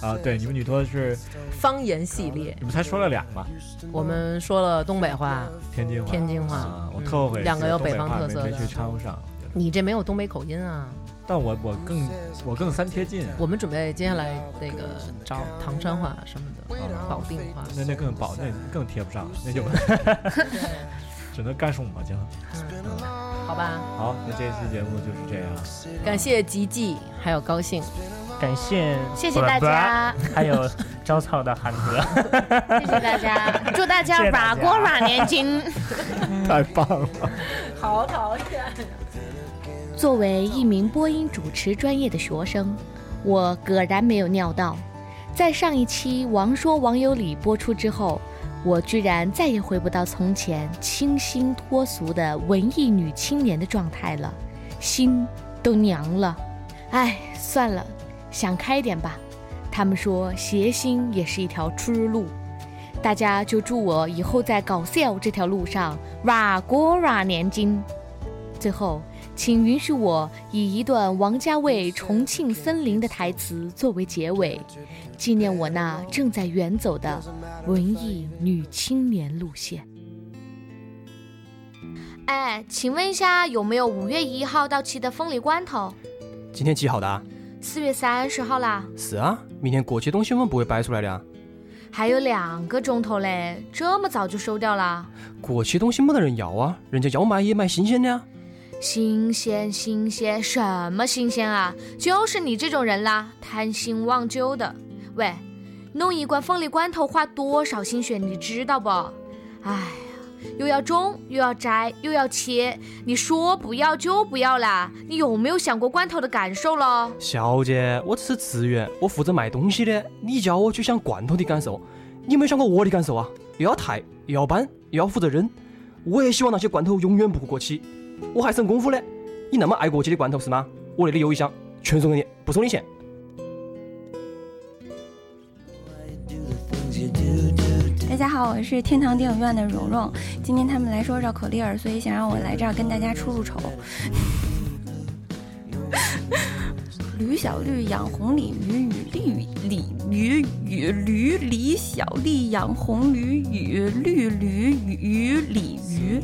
Speaker 2: 啊！对，你们女托是
Speaker 3: 方言系列，
Speaker 2: 你们才说了俩嘛，
Speaker 3: 我们说了东北话，
Speaker 2: 天津话，
Speaker 3: 天津话嗯
Speaker 2: 啊，我特后悔
Speaker 3: 两个有
Speaker 2: 北
Speaker 3: 北方特色的
Speaker 2: 没去掺和上。
Speaker 3: 你这没有东北口音啊，
Speaker 2: 但我我更我更三贴近，
Speaker 3: 我们准备接下来那个找唐山话什么的，保定话。
Speaker 2: 那那更保那更贴不上，
Speaker 3: <laughs>
Speaker 2: 那就只能干手麻将。
Speaker 3: 嗯好吧，
Speaker 2: 嗯好，那这一期节目就是这样。
Speaker 3: 感谢吉吉，还有高兴，
Speaker 6: <laughs> 感谢
Speaker 7: 谢谢大家，
Speaker 6: 还有招操的韩哥。
Speaker 7: 谢谢大家，祝大家
Speaker 6: 谢谢
Speaker 7: 瓦
Speaker 6: 大家
Speaker 7: 锅瓦年金。
Speaker 2: 太棒了！
Speaker 4: 作为一名播音主持专业的学生，我葛然没有料到，在上一期《王说王有理》播出之后，我居然再也回不到从前清新脱俗的文艺女青年的状态了，心都凉了。唉，算了，想开点吧。他们说谐星也是一条出路，大家就祝我以后在搞笑这条路上瓦锅瓦年金。最后，请允许我以一段王家卫《重庆森林》的台词作为结尾，纪念我那正在远走的文艺女青年路线。
Speaker 5: 哎，请问一下，有没有五月一号到期的风里关头？
Speaker 8: 今天几好的啊？
Speaker 5: 四月三十号啦，
Speaker 8: 是啊，明天过期东西我们不会摆出来的啊。
Speaker 5: 还有两个钟头嘞，这么早就收掉啦？
Speaker 8: 过期东西没得人要啊，人家要买也买新鲜的啊。
Speaker 5: 新鲜新鲜，什么新鲜啊？就是你这种人啦，贪新忘旧的。喂，弄一罐凤梨罐头花多少心血，你知道不？哎呀，又要种，又要摘，又要切，你说不要就不要啦？你有没有想过罐头的感受咯？
Speaker 8: 小姐，我只是职员，我负责卖东西的。你叫我去想罐头的感受，你有没有想过我的感受啊？又要抬，又要搬，又要负责扔。我也希望那些罐头永远不会过期。我还省功夫嘞。你那么爱过期的罐头是吗？我这里有一箱，全送给你，不收你钱。
Speaker 9: 大家好，我是天堂电影院的蓉蓉。今天他们来说绕口令儿，所以想让我来这儿跟大家出出丑。驴小绿养红鲤鱼与绿鲤鱼与驴李小丽养红驴与绿驴与鲤鱼。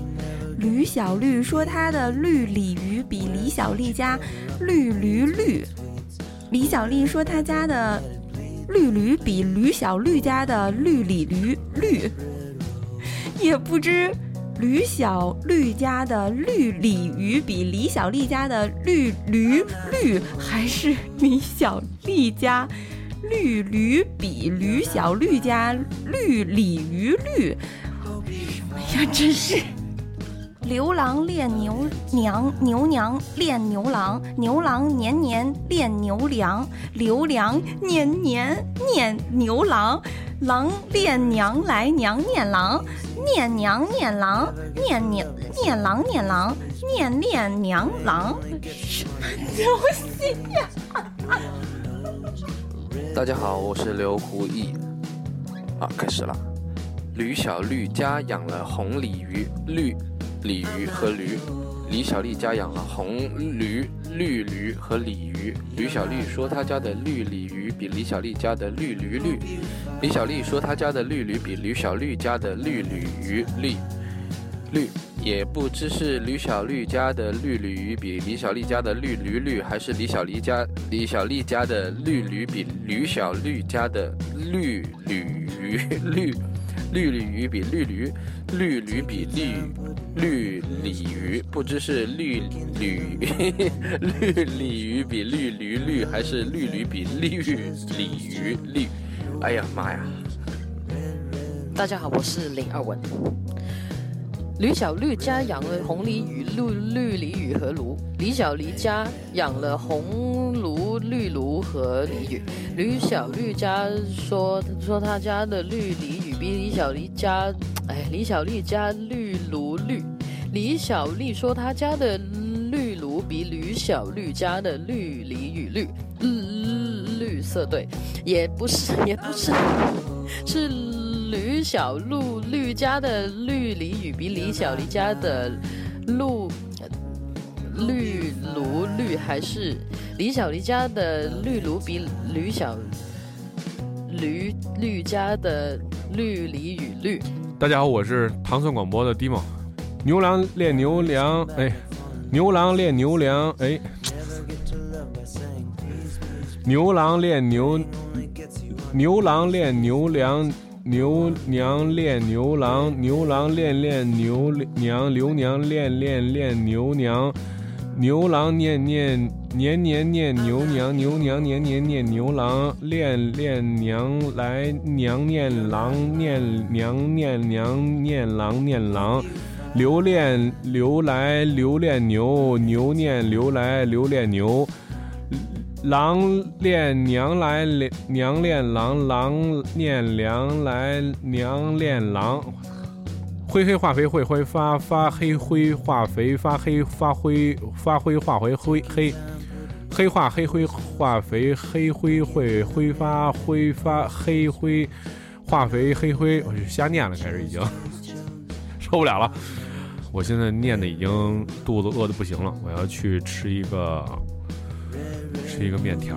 Speaker 9: 驴小绿说他的绿鲤鱼比李小丽家绿驴绿。李小丽说她家的绿驴比驴小绿家的绿鲤驴绿， <laughs> 也不知驴小绿家的绿鲤鱼比李小丽家的绿驴绿，还是李小丽家绿驴比驴小绿家绿鲤鱼绿。什么呀，真是！牛郎恋牛娘，牛娘恋牛郎，牛郎年年恋牛郎，牛郎年年念牛郎，郎恋娘来娘念郎，念娘念郎，念念念郎念郎，念念娘郎，什么东西呀？
Speaker 10: 大家好，我是刘胡毅。啊，开始了。吕小绿家养了红鲤鱼、绿鲤鱼和驴。李小丽家养了红驴、绿驴和鲤鱼。吕小绿说她家的绿鲤鱼比李小丽家的绿驴绿。李小丽说她家的绿驴比吕小绿家的绿鲤鱼绿绿。也不知是吕小绿家的绿鲤鱼比李小丽家的绿驴绿，还是李小丽家李小丽家的绿驴比吕小绿家的绿鲤鱼绿绿鲤鱼比绿驴绿驴比绿绿鲤鱼，不知是绿驴绿鲤鱼比绿驴绿，还是绿驴比绿鲤鱼绿？哎呀妈呀！
Speaker 11: 大家好，我是林二文。吕小绿家养了红鲤鱼、绿绿鲤鱼和鲈；李小黎家养了红鲈、绿鲈和鲤鱼。吕小绿家说说他家的绿鲤鱼比李小黎家，哎，李小丽家绿鲈绿。李小丽说她家的绿鲈比吕小绿家的绿鲤鱼绿，绿绿色对，也不是 <laughs> 也不是。是吕小璐绿家的绿鲤鱼比李小黎家的鹿绿鲈绿，还是李小黎家的绿鲈比吕小驴绿家的绿鲤鱼绿？
Speaker 12: 大家好，我是糖蒜广播的 Dimo。牛郎恋牛郎，哎，牛郎恋牛郎，哎，
Speaker 2: 牛郎恋牛，牛郎恋牛娘，牛娘恋牛郎，牛郎恋恋牛娘，牛娘恋恋恋牛娘，牛郎念念年年念牛娘，牛娘年年念牛郎，恋恋娘来娘念郎，念娘念娘念郎念郎。留恋留来留恋牛，牛念留来留恋牛。郎恋娘来，娘恋郎，郎念娘来，娘恋郎。灰黑化肥会灰发发黑灰化肥发黑发灰发灰化回灰黑，黑化黑灰化肥黑灰会挥发挥发黑灰化肥黑灰，我就瞎念了，开始已经受不了了。我现在念的已经肚子饿的不行了，我要去吃一个吃一个面条。